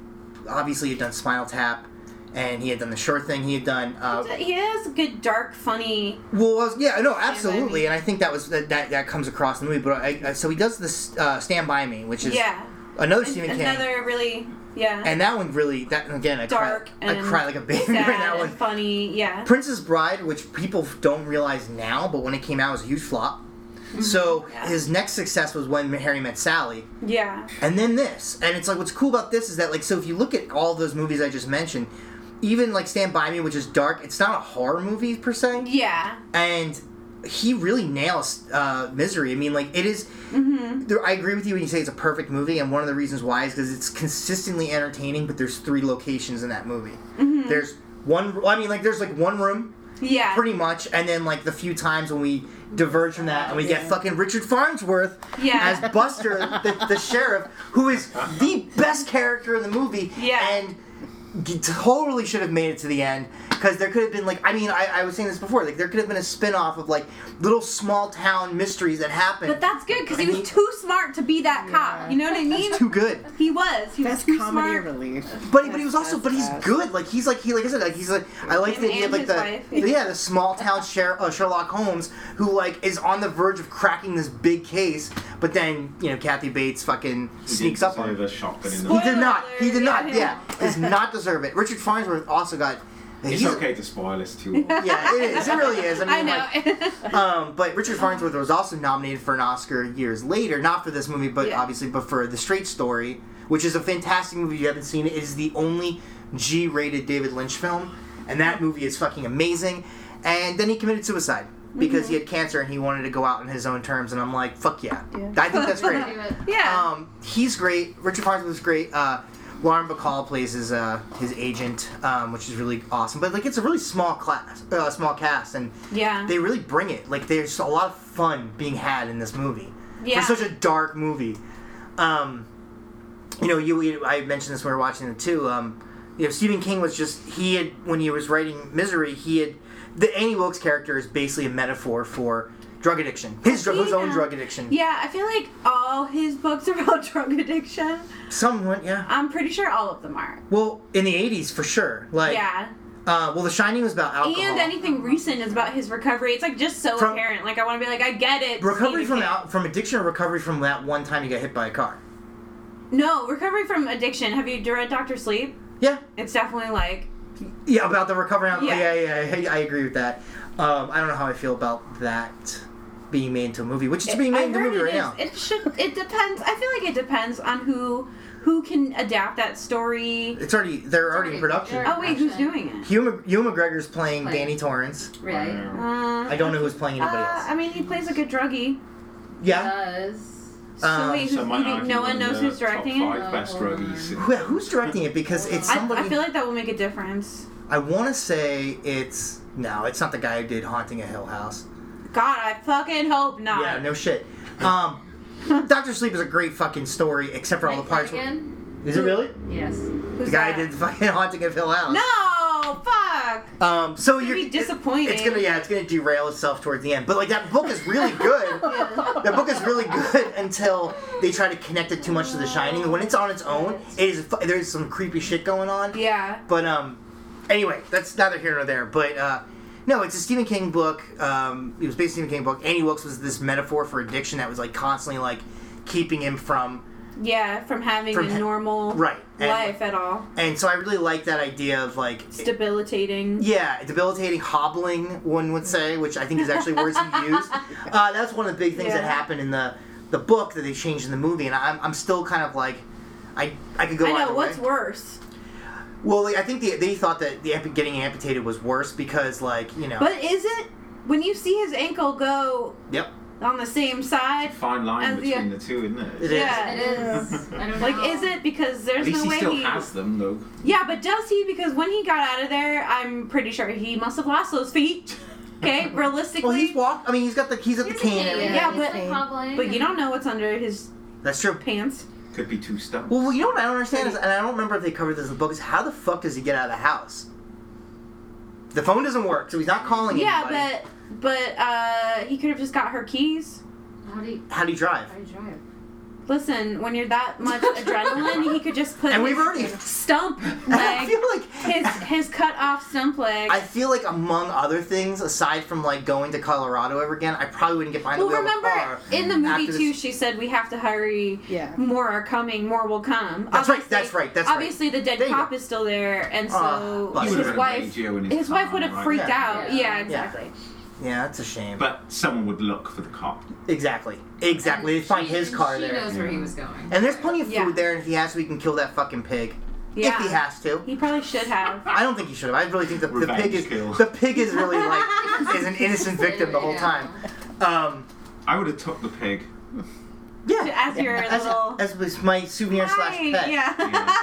A: obviously had done Spinal Tap and he had done the sure thing, he had done uh,
B: he has good, dark, funny.
A: Well, I was- yeah, no, absolutely, and I think that was that that, that comes across in the movie. But I, I, so he does this uh, "Stand by Me," which is
B: Yeah,
A: another Stephen King,
B: another really yeah.
A: and <laughs> that one really that again I
B: Dark
A: cry, I
B: and
A: cry like a baby <laughs> in
B: sad
A: that one.
B: and funny. Yeah.
A: Princess Bride, which people don't realize now, but when it came out, it was a huge flop. So
B: Yeah.
A: his next success was when Harry Met Sally,
B: Yeah.
A: and then this, and it's like what's cool about this is that like so if you look at all those movies I just mentioned, even like Stand by Me, which is dark, it's not a horror movie per se.
B: Yeah.
A: and he really nails uh, misery. I mean, like it is-
B: Mm-hmm.
A: There, I agree with you when you say it's a perfect movie, and one of the reasons why is because it's consistently entertaining. But there's three locations in that movie. There's one. well, I mean, like there's like one room,
B: Yeah.
A: pretty much, and then like the few times when we diverge from that and we get fucking Richard Farnsworth
B: <laughs> Yeah.
A: as Buster, the, the sheriff, who is the best character in the movie.
B: Yeah.
A: And he totally should have made it to the end because there could have been like I mean I, I was saying this before like there could have been a spin off of like little small town mysteries that happen.
B: but that's good because he
A: I
B: was
A: mean-
B: too smart to be that cop. You know what I mean?
A: too good.
B: He was. He
D: That's
B: was too
D: comedy
B: smart.
D: relief.
A: But but he was
D: That's-
A: also but he's
D: that's-
A: good. Like he's like he like I said like he's like I like
B: Him
A: the idea of,
B: and
A: like
B: his
A: the
B: wife.
A: yeah the small town Sher- uh, Sherlock Holmes who like is on the verge of cracking this big case, But then you know Kathy Bates fucking
E: He
A: sneaks
E: didn't
A: up on
E: deserve
A: him.
E: a shotgun in the
A: He
B: Spoil-
E: back.
A: did not. He did
B: Spoiler
A: not.
B: alert,
A: Yeah,
B: <laughs>
A: does not deserve it. Richard Farnsworth also got.
E: It's
A: he's-
E: okay to spoil
B: <laughs>
E: us too. much.
A: Yeah, it is. It really is. I mean,
B: I know.
A: like, um, but Richard Farnsworth was also nominated for an Oscar years later, not for this movie, but
B: Yeah.
A: obviously, but for The Straight Story, which is a fantastic movie. If you haven't seen it, it is the only G-rated David Lynch film, and that movie is fucking amazing. And then he committed suicide because
B: Mm-hmm.
A: he had cancer and he wanted to go out on his own terms. And I'm like, fuck yeah,
D: Yeah.
A: I think that's great.
C: Do it.
B: <laughs> <laughs> yeah.
A: Um, he's great. Richard Farnsworth's great. Uh, Lauren Bacall plays his uh, his agent, um, which is really awesome. But like, it's a really small class, uh, small cast, and
B: yeah.
A: they really bring it. Like, there's a lot of fun being had in this movie.
B: Yeah.
A: It's such a dark movie. Um, you know, you, you I mentioned this when we were watching it too. Um, you know, Stephen King was just he had when he was writing Misery, he had the Annie Wilkes character is basically a metaphor for drug addiction, his drug, his own
B: Yeah.
A: drug addiction.
B: yeah, I feel like all his books are <laughs> about drug addiction.
A: Someone, yeah.
B: I'm pretty sure all of them are.
A: Well, in the '80s for sure. Like,
B: yeah.
A: uh, well, The Shining was about alcohol.
B: And anything recent is about his recovery. It's like just so
A: From-
B: apparent. Like I want to be like, I get it.
A: recovery
B: Stephen
A: from
B: King.
A: al- from addiction, or recovery from that one time you got hit by a car.
B: No, recovery from addiction. Have you read Doctor Sleep?
A: Yeah,
B: It's definitely like
A: yeah, about the recovery. Al- yeah.
B: Yeah.
A: Yeah, yeah, I agree with that. Um, I don't know how I feel about that being made into a movie, which is being made
B: I
A: into a
B: heard
A: movie
B: it
A: right
B: is.
A: now.
B: It should. It depends. I feel like it depends on who who can adapt that story.
A: It's already they're already in production.
C: already-
B: Oh wait, who's doing it?
A: Hugh, Mc- Hugh McGregor's playing
C: Playing.
A: Danny Torrance.
C: Right.
E: Wow.
B: Uh,
A: I don't know who's playing
B: Uh,
A: anybody else.
B: I mean, he plays like a druggie.
A: Yeah.
C: Does.
B: So
A: Um,
B: wait, who's,
E: Some might
B: you think
E: argue
B: no
E: one
B: one
E: of
B: knows
E: the
B: who's directing
E: top
B: it.
E: Five best
C: Oh.
E: druggies. in-
A: Who- who's directing it? Because it's
B: I,
A: somebody.
B: I feel like that will make a difference.
A: I want to say it's no, it's not the guy who did Haunting a Hill House.
B: God, I fucking hope not.
A: Yeah, no shit. Um, Doctor Sleep is a great fucking story, except for all the parts. Where,
C: Again?
A: is it really?
C: Yes.
A: The
B: Who's
A: guy
B: that?
A: did the fucking Haunting of Hill House.
B: No, fuck.
A: Um, so
B: It's
A: you're
B: gonna be disappointing.
A: It's gonna yeah, it's gonna derail itself towards the end. But like that book is
B: <laughs>
A: really good. that book is really good until they try to connect it too much to The Shining. When it's on its own, it is fu- there's some creepy shit going on.
B: Yeah.
A: But um, anyway, that's neither here nor there. But uh, no, it's a Stephen King book. Um, it was based on a Stephen King book. Annie Wilkes was this metaphor for addiction that was like constantly like keeping him from
B: Yeah, from having
A: From
B: a
A: ha-
B: normal
A: right. And,
B: life at all.
A: and so I really like that idea of like.
B: It's debilitating.
A: yeah, debilitating, hobbling, one would say, which I think is actually words
B: <laughs>
A: he used. Uh, that's one of the big things that
B: Yeah.
A: happened in the, the book that they changed in the movie, and I'm, I'm still kind of like, I I could go
B: I know.
A: either
B: What's
A: way.
B: worse?
A: Well, I think they, they thought that the amp- getting amputated was worse because like you know.
B: But is it when you see his ankle go
A: yep.
B: on the same side?
E: Fine line
B: And the-
E: between the two, isn't it?
A: It is.
B: Yeah.
C: It is. I don't know.
B: Like, is it because
E: At
B: there's
E: least
B: no
E: he
B: way
E: still
B: he?
E: has them, though.
B: Yeah, but does he? Because when he got out of there, I'm pretty sure he must have lost those
A: <laughs>
B: feet. Okay, realistically.
A: Well, he's walked. I mean, he's got the he's at the
C: He's a
A: cane. and everything.
C: kid.
B: Yeah,
C: He's
B: but-
C: like hobbling
B: but you
C: and-
B: don't know what's under his
A: That's true.
B: pants.
E: Could be two stumps.
A: Well, you know what I don't understand is, and I don't remember if they covered this in the book, is how the fuck does he get out of the house? The phone doesn't work, so he's not calling
B: Yeah,
A: anybody.
B: but but uh, he could have just got her keys.
C: How do you,
A: how do you drive?
C: how do you drive?
B: Listen, when you're that
A: <laughs>
B: much adrenaline, he could just put
A: And
B: his
A: we've already-
B: stump
A: <laughs> I
B: leg,
A: feel like <laughs>
B: his his cut off stump leg.
A: I feel like among other things, aside from like going to Colorado ever again, I probably wouldn't get behind
B: well,
A: the wheel of a
B: remember
A: car.
B: in the movie
A: after
B: too,
A: this-
B: she said we have to hurry.
D: Yeah.
B: More are coming. More will come.
A: That's right, that's right, that's right.
B: obviously the dead
A: There you
B: cop
A: go.
B: is still there, and
A: Ah,
B: so
A: but- He
E: He
A: would've
B: his
E: would've had a
B: wife,
E: radio in
B: his wife
E: car,
B: would have
E: right?
B: freaked
A: Yeah.
B: out. Yeah,
C: Yeah. Yeah.
B: exactly.
A: Yeah, that's a shame.
E: But someone would look for the cop.
A: exactly, exactly. They
C: She-
A: find his car
C: she
A: there,
C: knows where he was going.
A: and there's plenty of food
B: Yeah.
A: there. And if he has to, he can kill that fucking pig.
B: Yeah.
A: If he has to.
B: He probably should have.
A: I don't think he should have. I really think the, the
E: Revenge
A: pig is
E: kill.
A: the pig
B: <laughs>
A: is really like is an innocent victim the whole
C: Yeah.
A: time. Um,
E: I would have took the pig.
A: yeah,
B: As your
A: as,
B: little.
A: as was my souvenir slash
B: Hi,
A: pet.
B: Yeah.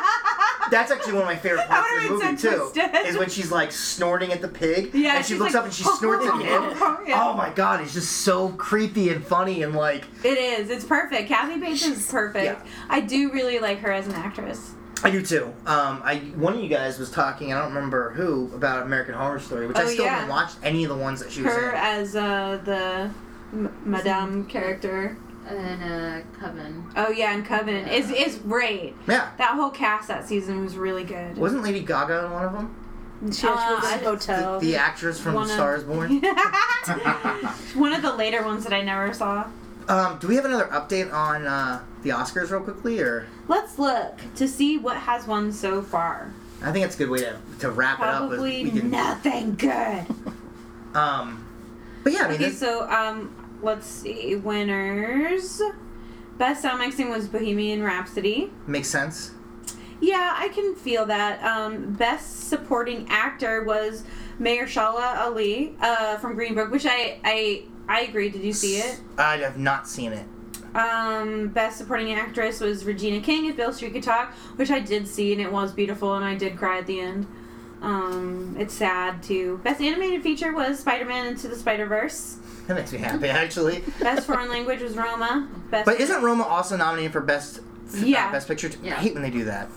A: That's actually one of my favorite
B: <laughs> That
A: parts of the
B: would've
A: movie
B: been so
A: too.
B: twisted.
A: Is when she's like snorting at the pig,
B: <laughs> Yeah,
A: and she
B: she's
A: looks
B: like,
A: up and she
B: <laughs>
A: snorts at him.
B: Yeah.
A: Oh my god, it's just so creepy and funny and like
B: It is. It's perfect. Kathy Bates is perfect.
A: Yeah.
B: I do really like her as an actress.
A: I do too. Um, I one of you guys was talking, I don't remember who, about American Horror Story, which I
B: Oh,
A: still
B: yeah.
A: haven't watched any of the ones that she was
B: Her
A: in.
B: as uh, the m- Madame character.
C: And then uh, Coven.
B: Oh yeah, and Coven is is great.
A: Yeah,
B: That whole cast that season was really good.
A: wasn't Lady Gaga in one of them?
D: She was in
B: Uh,
D: a hotel.
A: The actress from
B: One <laughs>
A: <laughs> The
B: of-
A: Stars Born.
B: One of the later ones that I never saw.
A: Um, do we have another update on uh, the Oscars, real quickly, or
B: Let's look to see what has won so far.
A: I think it's a good way to, to wrap
B: Probably
A: it up. is we can-
B: nothing good.
A: Um, but yeah, I mean,
B: Okay,
A: this-
B: so um, let's see winners. Best sound mixing was Bohemian Rhapsody.
A: makes sense.
B: Yeah, I can feel that. Um, best supporting actor was Mayor Shala Ali uh, from Green Book, which I I I agreed. Did you see it?
A: I have not seen it.
B: Um, best supporting actress was Regina King if Bill Street Could Talk, which I did see and it was beautiful and I did cry at the end. Um, it's sad too. Best animated feature was Spider Man Into the Spider Verse.
A: That makes me happy, actually.
B: Best foreign
A: <laughs>
B: language was Roma. Best
A: But isn't Roma also nominated for best? f- uh,
B: Yeah.
A: best picture.
C: Yeah.
A: I hate when they do that.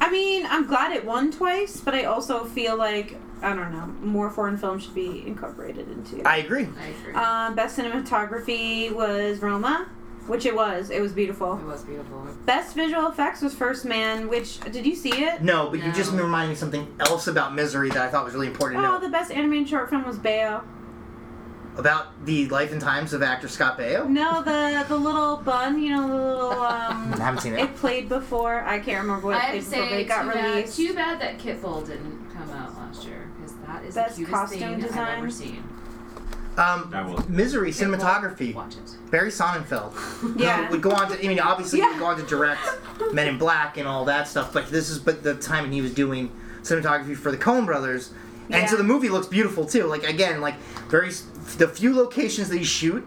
B: I mean, I'm glad it won twice, but I also feel like I don't know more foreign films should be incorporated into.
A: I agree.
C: I agree.
B: um, best cinematography was Roma, which it was. It was beautiful.
C: it was beautiful.
B: Best visual effects was First Man, which did you see it?
A: No, but you just
C: No.
A: reminded me of something else about Misery that I thought was really important to
B: Oh,
A: know
B: the best animated short film was Bayo.
A: about the life and times of actor Scott Baio.
B: No, the the little bun, you know, the little um.
A: <laughs> I haven't seen it.
B: It played before. I can't remember what it
C: I'd
B: played before, but
C: say
B: it got
C: too bad,
B: released.
C: too bad that Kitbull didn't come out last year because that is
B: Best
C: the cutest
B: costume
C: thing I've
B: design.
C: ever seen.
E: I
A: Um,
E: will.
A: Misery
C: Kitbull,
A: cinematography.
C: Watch it.
A: Barry Sonnenfeld. who
B: Yeah.
A: would go on to. I mean, obviously, he
B: Yeah.
A: would go on to direct Men in Black and all that stuff. But this is but the time when he was doing cinematography for the Coen Brothers, and so
B: Yeah.
A: the movie looks beautiful too. Like again, like very s- the few locations that you shoot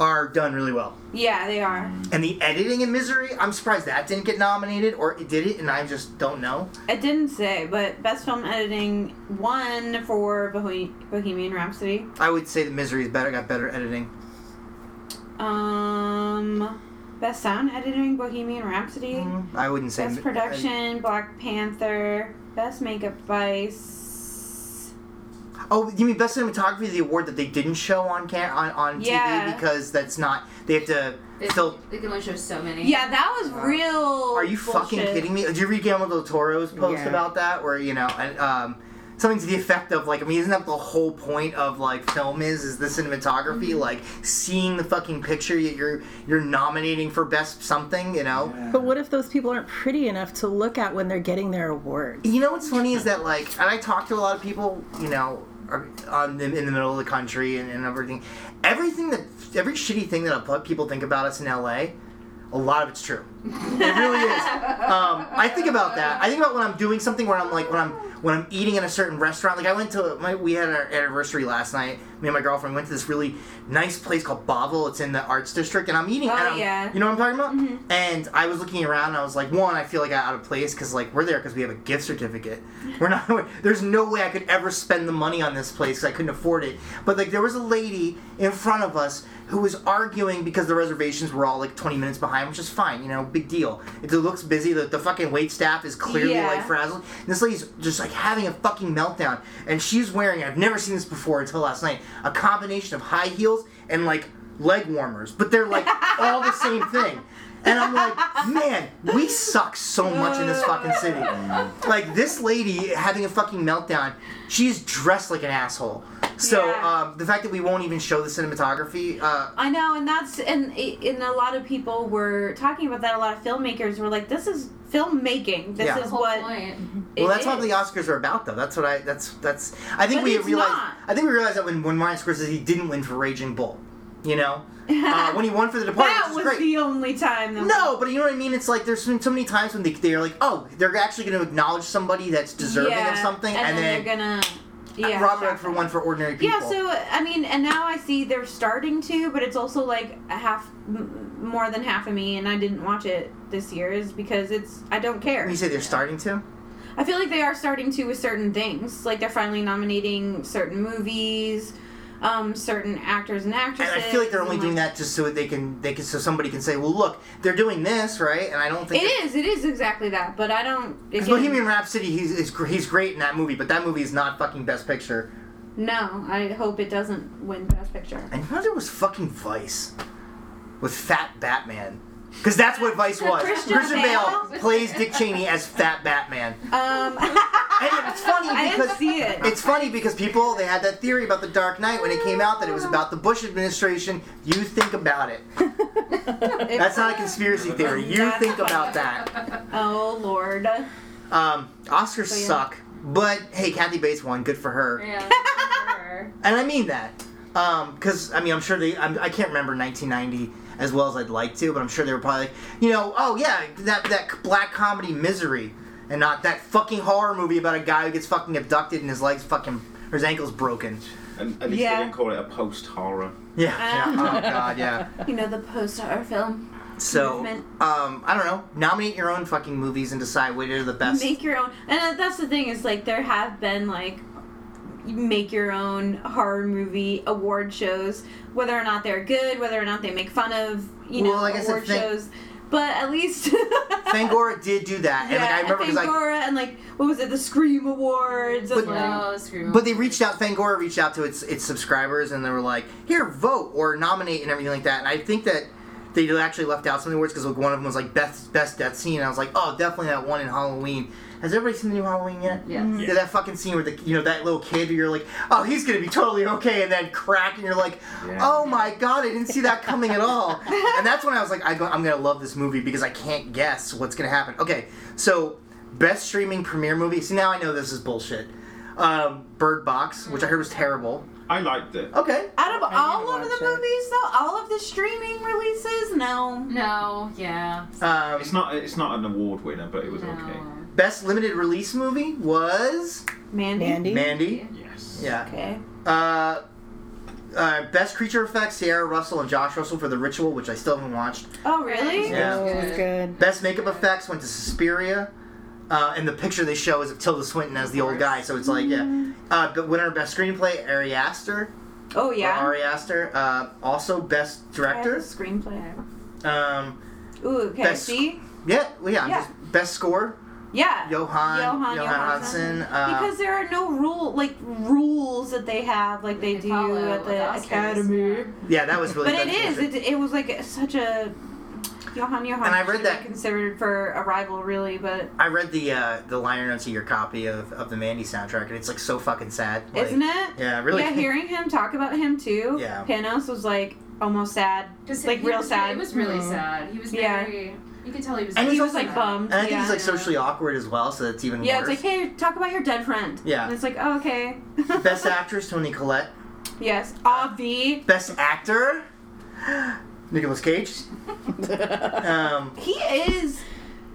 A: are done really well.
B: Yeah, they are.
A: And the editing in Misery, I'm surprised that didn't get nominated, or it did it, and I just don't know.
B: It didn't say, but best film editing won for Bohe- Bohemian Rhapsody.
A: I would say that Misery is better, got better editing.
B: Um, best sound editing Bohemian Rhapsody.
A: I wouldn't say
B: Best
A: mi-
B: production Black Panther. Best makeup Vice.
A: Oh, you mean best cinematography? The award that they didn't show on can on, on
B: Yeah.
A: TV because that's not they have to.
C: They,
A: Still,
C: they can only show so many.
B: Yeah, that was real.
A: are you fucking
B: bullshit.
A: kidding me? Did you read Guillermo del Toro's post
D: Yeah.
A: about that, where you know, and, um, something to the effect of like, I mean, isn't that the whole point of like film is is the cinematography, like seeing the fucking picture that you're you're nominating for best something, you know?
D: But what if those people aren't pretty enough to look at when they're getting their awards?
A: You know what's funny is that like, and I talk to a lot of people, you know, are on the, in the middle of the country and, and everything. Everything that every shitty thing that a lot of people think about us in LA, a lot of it's true. It really is. Um, I think about that. I think about when I'm doing something where I'm like when I'm when I'm eating in a certain restaurant. Like I went to my, we had our anniversary last night. Me and my girlfriend went to this really nice place called Bavel. It's in the Arts District, and I'm eating.
B: Oh,
A: and I'm-
B: yeah.
A: You know what I'm talking about? And I was looking around, and I was like, one, I feel like I'm out of place because like we're there because we have a gift certificate. We're not. <laughs> there's no way I could ever spend the money on this place because I couldn't afford it. But like there was a lady in front of us who was arguing because the reservations were all like 20 minutes behind, which is fine. You know, big deal. It looks busy. The, the fucking wait staff is clearly
B: Yeah.
A: like frazzled. And this lady's just like having a fucking meltdown, and she's wearing I've never seen this before until last night a combination of high heels and like leg warmers, but they're like all the same thing. And I'm like, man, we suck so much in this fucking city. Like this lady having a fucking meltdown, she's dressed like an asshole. So
B: Yeah.
A: um, the fact that we won't even show the cinematography, uh,
B: I know, and that's and and a lot of people were talking about that. A lot of filmmakers were like, "This is filmmaking. This
A: Yeah.
B: is
C: Whole
B: what."
C: point.
B: <laughs>
A: Well,
B: it
A: that's what
B: is."
A: the Oscars are about, though. That's what I. That's that's. I think
B: But
A: we
B: it's
A: realized.
B: not.
A: I think we realized that when when Ryan Scorsese didn't win for Raging Bull, you know,
B: <laughs>
A: uh, when he won for The Departed,
B: That
A: which
B: was
A: is great.
B: the only time. That
A: no, but you know what I mean. It's like there's been so many times when they they're like, oh, they're actually going to acknowledge somebody that's deserving
B: yeah,
A: of something,
B: and,
A: and,
B: then,
A: then,
B: they're gonna. Yeah,
A: Robert
B: shock
A: Redford won for Ordinary People.
B: Yeah, so I mean, and now I see they're starting to, but it's also like a half, m- more than half of me, and I didn't watch it this year is because it's I don't care.
A: you say they're starting to.
B: I feel like they are starting to with certain things, like they're finally nominating certain movies, um, certain actors and
A: And
B: actresses.
A: I feel like they're only
B: and,
A: doing
B: like-
A: that just so they can they can so somebody can say, well, look, they're doing this right, and I don't think.
B: It
A: that-
B: is. It is exactly that, but I don't.
A: Because
B: again,
A: Bohemian Rhapsody, he's, is gr- he's great in that movie, but that movie is not fucking Best Picture.
B: No, I hope it doesn't win Best Picture.
A: I know there was fucking Vice with Fat Batman. Because that's what Vice was.
B: Christian
A: Bale
B: Bale?
A: plays Dick Cheney as Fat Batman. <laughs>
B: Um,
A: And it's funny
B: I didn't
A: because
B: see it.
A: it's funny because people they had that theory about the Dark Knight when it came out that it was about the Bush administration. You think about it. That's not a conspiracy theory. You
B: That's
A: think
B: funny.
A: about that.
B: Oh lord.
A: Um, Oscars
B: yeah.
A: suck, but hey, Kathy Bates won. Good for her.
C: Yeah.
A: And I mean that. Because, I mean, I'm sure they, I'm, I can't remember 1990 as well as I'd like to, but I'm sure they were probably like, you know, oh yeah, that, that black comedy misery and not that fucking horror movie about a guy who gets fucking abducted and his legs fucking, or his ankle's broken.
E: And at least
B: Yeah.
E: they didn't call it a post horror.
A: Yeah.
B: Uh.
A: yeah. Oh,
B: <laughs>
A: God, yeah.
B: You know the post horror film.
A: So,
B: Movement.
A: um, I don't know. Nominate your own fucking movies and decide which are the best.
B: Make your own. And that- that's the thing is like there have been like make your own horror movie award shows, whether or not they're good, whether or not they make fun of you know
A: Well, like I said,
B: award
A: thank-
B: shows. But at
A: <laughs>
B: least <laughs>
A: Fangora did do that, and
B: yeah,
A: like, I remember
B: and
A: because like,
B: Fangora and like what was it, the Scream Awards and
A: But-
B: like,
C: Oh, screw
A: but they reached out. Fangora reached out to its its subscribers, and they were like, "Here, vote or nominate and everything like that." And I think that they actually left out some of the words because like one of them was like best best death scene, and I was like, "Oh, definitely that one in Halloween." Has everybody seen the new Halloween yet?
C: Yes.
B: Mhm.
A: Yeah, that fucking scene where the you know that little kid, you're like, "Oh, he's gonna be totally okay," and then crack, and you're like,
E: Yeah.
A: "Oh my god, I didn't see that coming at all." and that's when I was like, I go, "I'm gonna love this movie because I can't guess what's gonna happen." Okay, so best streaming premiere movie. See, now I know this is bullshit. Um, Bird Box, which I heard was terrible.
E: I liked it.
A: Okay,
B: out of
D: I need
B: all
D: to
B: of the
D: watch it.
B: movies though, all of the streaming releases, no.
C: No, yeah.
A: um,
E: It's not. It's not an award winner, but it was
C: no.
E: okay.
A: best limited release movie was
B: Mandy.
D: Mandy.
A: Mandy.
E: Yes.
A: Yeah.
B: Okay.
A: Uh, uh, best creature effects: Sierra Russell and Josh Russell for The Ritual, which I still haven't watched.
B: Oh really?
A: Yeah.
D: Oh, it was <laughs> good.
A: Best makeup effects went to Suspiria. Uh, and the picture they show is of Tilda Swinton as the old guy, so it's like, yeah. Uh, but winner of best screenplay, Ari Aster.
B: Oh
A: or
B: yeah.
A: Ari Aster. Uh, also best
B: Yeah,
A: director.
B: Screenplay.
A: Um,
B: Ooh, okay.
A: Best-
B: See?
A: yeah, well, yeah. I'm
B: Yeah.
A: Just best score,
B: Yeah.
A: Johan,
B: Johan
A: Johansson.
B: Johansson.
A: Uh,
B: because there are no rule like rules that they have like they,
C: They
B: do
C: follow
B: at
C: with
B: the
C: Oscars,
B: academy.
C: yeah.
A: yeah, that was really.
B: But it
A: that's
B: is.
A: bullshit.
B: It, it was like such a Johan Johansson.
A: And I read
B: should have
A: that-
B: been considered for a rival really, but
A: I read the uh, the liner notes of your copy of, of the Mandy soundtrack, and it's like so fucking sad. Like,
B: isn't it?
A: Yeah, <laughs> really.
B: Yeah, hearing him talk about him too.
A: Yeah.
B: Panos was like almost sad.
C: Just
B: Like,
C: he
B: real
C: was-
B: sad.
C: It was really
D: Mhm.
C: sad. He was
B: Yeah.
C: very. You could tell he was.
A: And
B: he
A: he's
B: was
A: also-
B: like bummed.
A: and I think
B: yeah.
A: he's like socially awkward as well, so that's even
B: Yeah,
A: worse.
B: it's like, hey, talk about your dead friend.
A: Yeah.
B: And it's like, oh, okay. <laughs>
A: Best actress, Tony Collette.
B: Yes. Avi.
A: Best actor, Nicolas Cage. Um,
B: He is.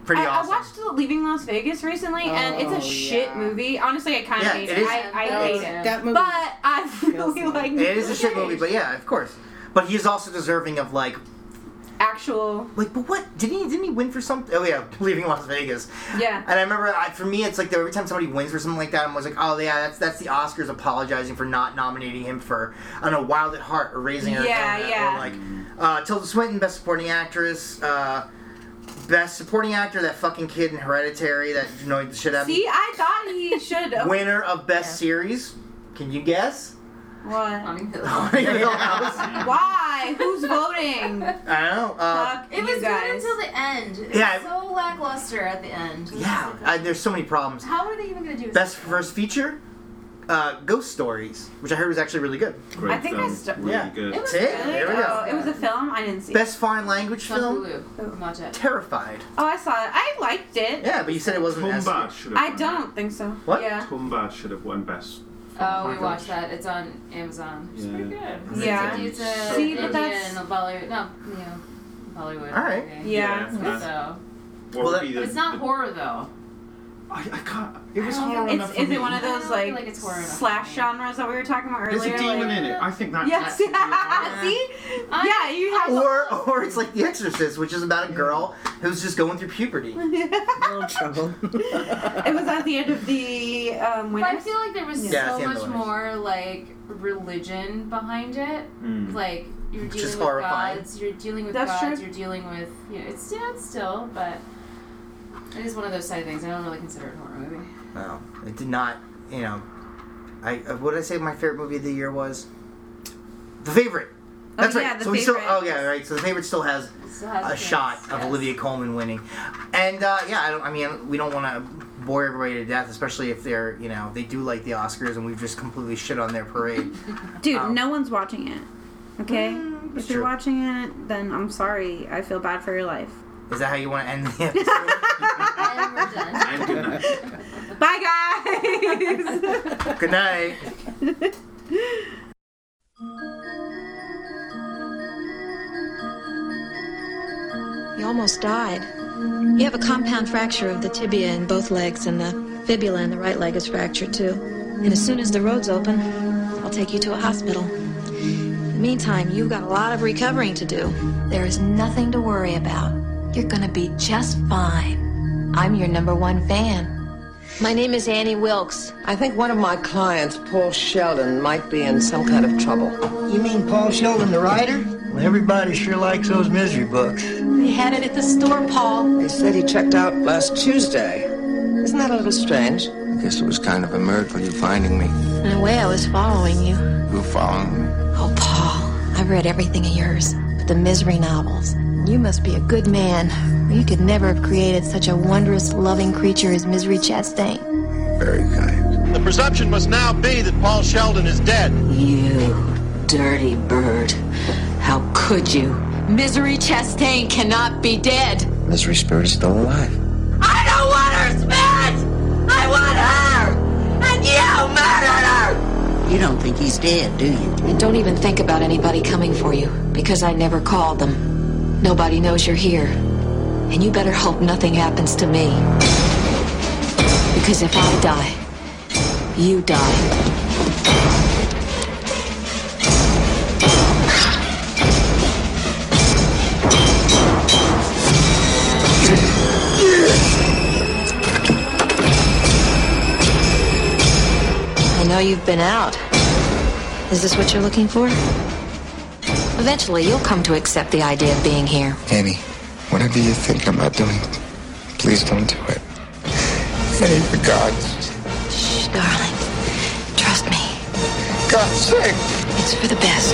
A: pretty
B: I,
A: awesome.
B: I watched The Leaving Las Vegas recently, and it's
D: Oh,
B: a shit
D: yeah.
B: movie. Honestly, I kind of
A: Yeah,
B: hate
A: it
B: it.
A: is-
B: I, I
C: Yeah.
B: hate it.
C: Yeah.
D: That movie.
B: But I really
D: Feels
B: like
D: like-
A: it is a shit
B: Nicolas
A: movie,
B: Cage.
A: but yeah, of course. But he's also deserving of like,
B: actual.
A: like, but what? Didn't he? Didn't he win for something? Oh yeah, <laughs> leaving Las Vegas.
B: Yeah.
A: And I remember, I, for me, it's like every time somebody wins for something like that, I'm always like, oh yeah, that's that's the Oscars apologizing for not nominating him for, I don't know, Wild at Heart or Raising
B: Yeah,
A: Arizona
B: yeah.
A: or like uh, Tilda Swinton, Best Supporting Actress, uh, Best Supporting Actor, that fucking kid in Hereditary that annoyed the shit out of me.
B: See, I thought
A: <laughs>
B: he should. <laughs> have
A: Winner of Best Series, can you guess?
B: What?
C: Tommy
A: <laughs>
C: Hill.
A: Honey
C: <laughs>
A: Hill
C: Um,
A: House.
B: Why? Who's voting?
A: I don't know. Uh,
B: Fuck
C: It
B: you
C: was good
B: guys.
C: until the end. It
A: Yeah.
C: was so lackluster at the end. It was
A: yeah,
C: like,
A: I, there's so many problems.
C: how are they even gonna do? a
A: Best
C: sequel?
A: First Feature, uh, Ghost Stories, which I heard was actually really good.
E: Great
B: I think I
E: film.
B: stu-
E: really
A: Yeah.
E: good.
C: It was
A: See?
C: good.
A: There we go.
B: Oh, it was a film. I didn't see. it.
A: Best Foreign Language
C: It's on
A: Film,
C: Hulu. Watch it.
A: Terrified.
B: Oh, I saw it. I liked it.
A: Yeah, but you said it wasn't as
E: Tomba should have.
B: I
E: won.
B: don't think so.
A: What?
B: Yeah.
E: Tomba should have won best.
C: Oh, we
E: Language.
C: watched that. It's on Amazon. It's
E: Yeah.
C: pretty good.
E: Amazing.
B: Yeah.
C: It's a
B: See, but
C: Indian
B: that's-
C: Bollywood. No, you know, Bollywood.
A: All right.
C: movie.
B: Yeah.
E: Yeah.
C: So,
E: What
A: Well,
E: would
A: that-
E: be the,
C: but it's not
E: the-
C: horror though.
E: I, I can't. It was
C: I don't
E: horror
C: think-
E: enough
B: It's,
E: for
B: is
E: me.
B: it one of
C: I
B: those
C: don't
B: like
C: feel like it's horror enough
B: slash
C: for me.
B: genres that we were talking about
E: There's
B: earlier?
E: a demon
B: like-
E: in it. I think that. <laughs>
B: Yes.
E: That's
B: Yeah. See? Yeah, you have.
A: Or, or it's like The Exorcist, which is about a girl who's just going through puberty.
D: a little trouble.
B: <laughs> it was at the end of the um,
C: But I
B: winter.
C: feel like there was
A: Yeah,
C: so
A: it's
C: much
A: Amber Winners.
C: more like religion behind it.
E: Mm.
C: Like you're dealing
A: Which is
C: with
A: horrifying.
C: gods, you're dealing with
B: That's
C: gods,
B: true.
C: you're dealing with you know, it's yeah, it's still, but it is one of those side things. I don't really consider it a horror movie.
A: No, it did not. You know, I uh, what did I say my favorite movie of the year was? The favorite. That's
B: Oh,
A: right.
B: yeah, The
A: so we still.
B: Favorite.
A: Oh yeah, right. So the favorite still has
C: It still has
A: a
C: its-
A: shot of
C: yes.
A: Olivia Coleman winning, and uh, yeah, I don't. I mean, we don't want to bore everybody to death, especially if they're you know they do like the
C: <laughs>
A: Oscars and we've just completely shit on their parade.
B: Dude,
A: Um,
B: no one's watching it. Okay?
A: Mm, It's
B: if you're
A: true.
B: watching it, then I'm sorry. I feel bad for your life.
A: Is that how you want to end the episode?
C: <laughs> And we're done.
E: And good
B: <laughs>
E: night.
B: Bye, guys.
A: Good
C: <laughs>
A: night.
F: He almost died. You have a compound fracture of the tibia in both legs, and the fibula in the right leg is fractured too. And as soon as the road's open, I'll take you to a hospital. In the meantime, you've got a lot of recovering to do.
G: There is nothing to worry about. You're gonna be just fine. I'm your number one fan.
F: My name is Annie Wilkes.
H: I think one of my clients, Paul Sheldon, might be in some kind of trouble.
I: You mean Paul Sheldon, the writer? Well, everybody sure likes those misery books.
G: They had it at the store, Paul.
H: They said he checked out last Tuesday. Isn't that a little strange?
I: I guess it was kind of a miracle you finding me.
F: In a way, I was following you.
I: You following me?
G: Oh, Paul, I've read everything of yours, but the misery novels. You must be a good man. You could never have created such a wondrous, loving creature as Misery Chastain.
I: Very kind.
J: The presumption must now be that Paul Sheldon is dead.
G: You dirty bird. How could you? Misery Chastain cannot be dead.
I: Misery Spirit is still alive.
G: I don't want her, Smith! I want her! And you murdered her!
I: You don't think he's dead, do you?
G: And don't even think about anybody coming for you, because I never called them. Nobody knows you're here. And you better hope nothing happens to me. Because if I die, you die. I know you've been out. Is this what you're looking for? Eventually, you'll come to accept the idea of being here.
I: Annie, whatever you think about doing, please don't do it. Annie, for God's,
G: Shh, darling. Trust me.
I: God's sake.
G: It's for the best.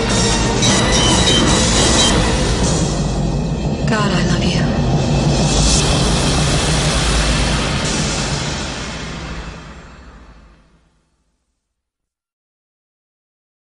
G: God, I love you.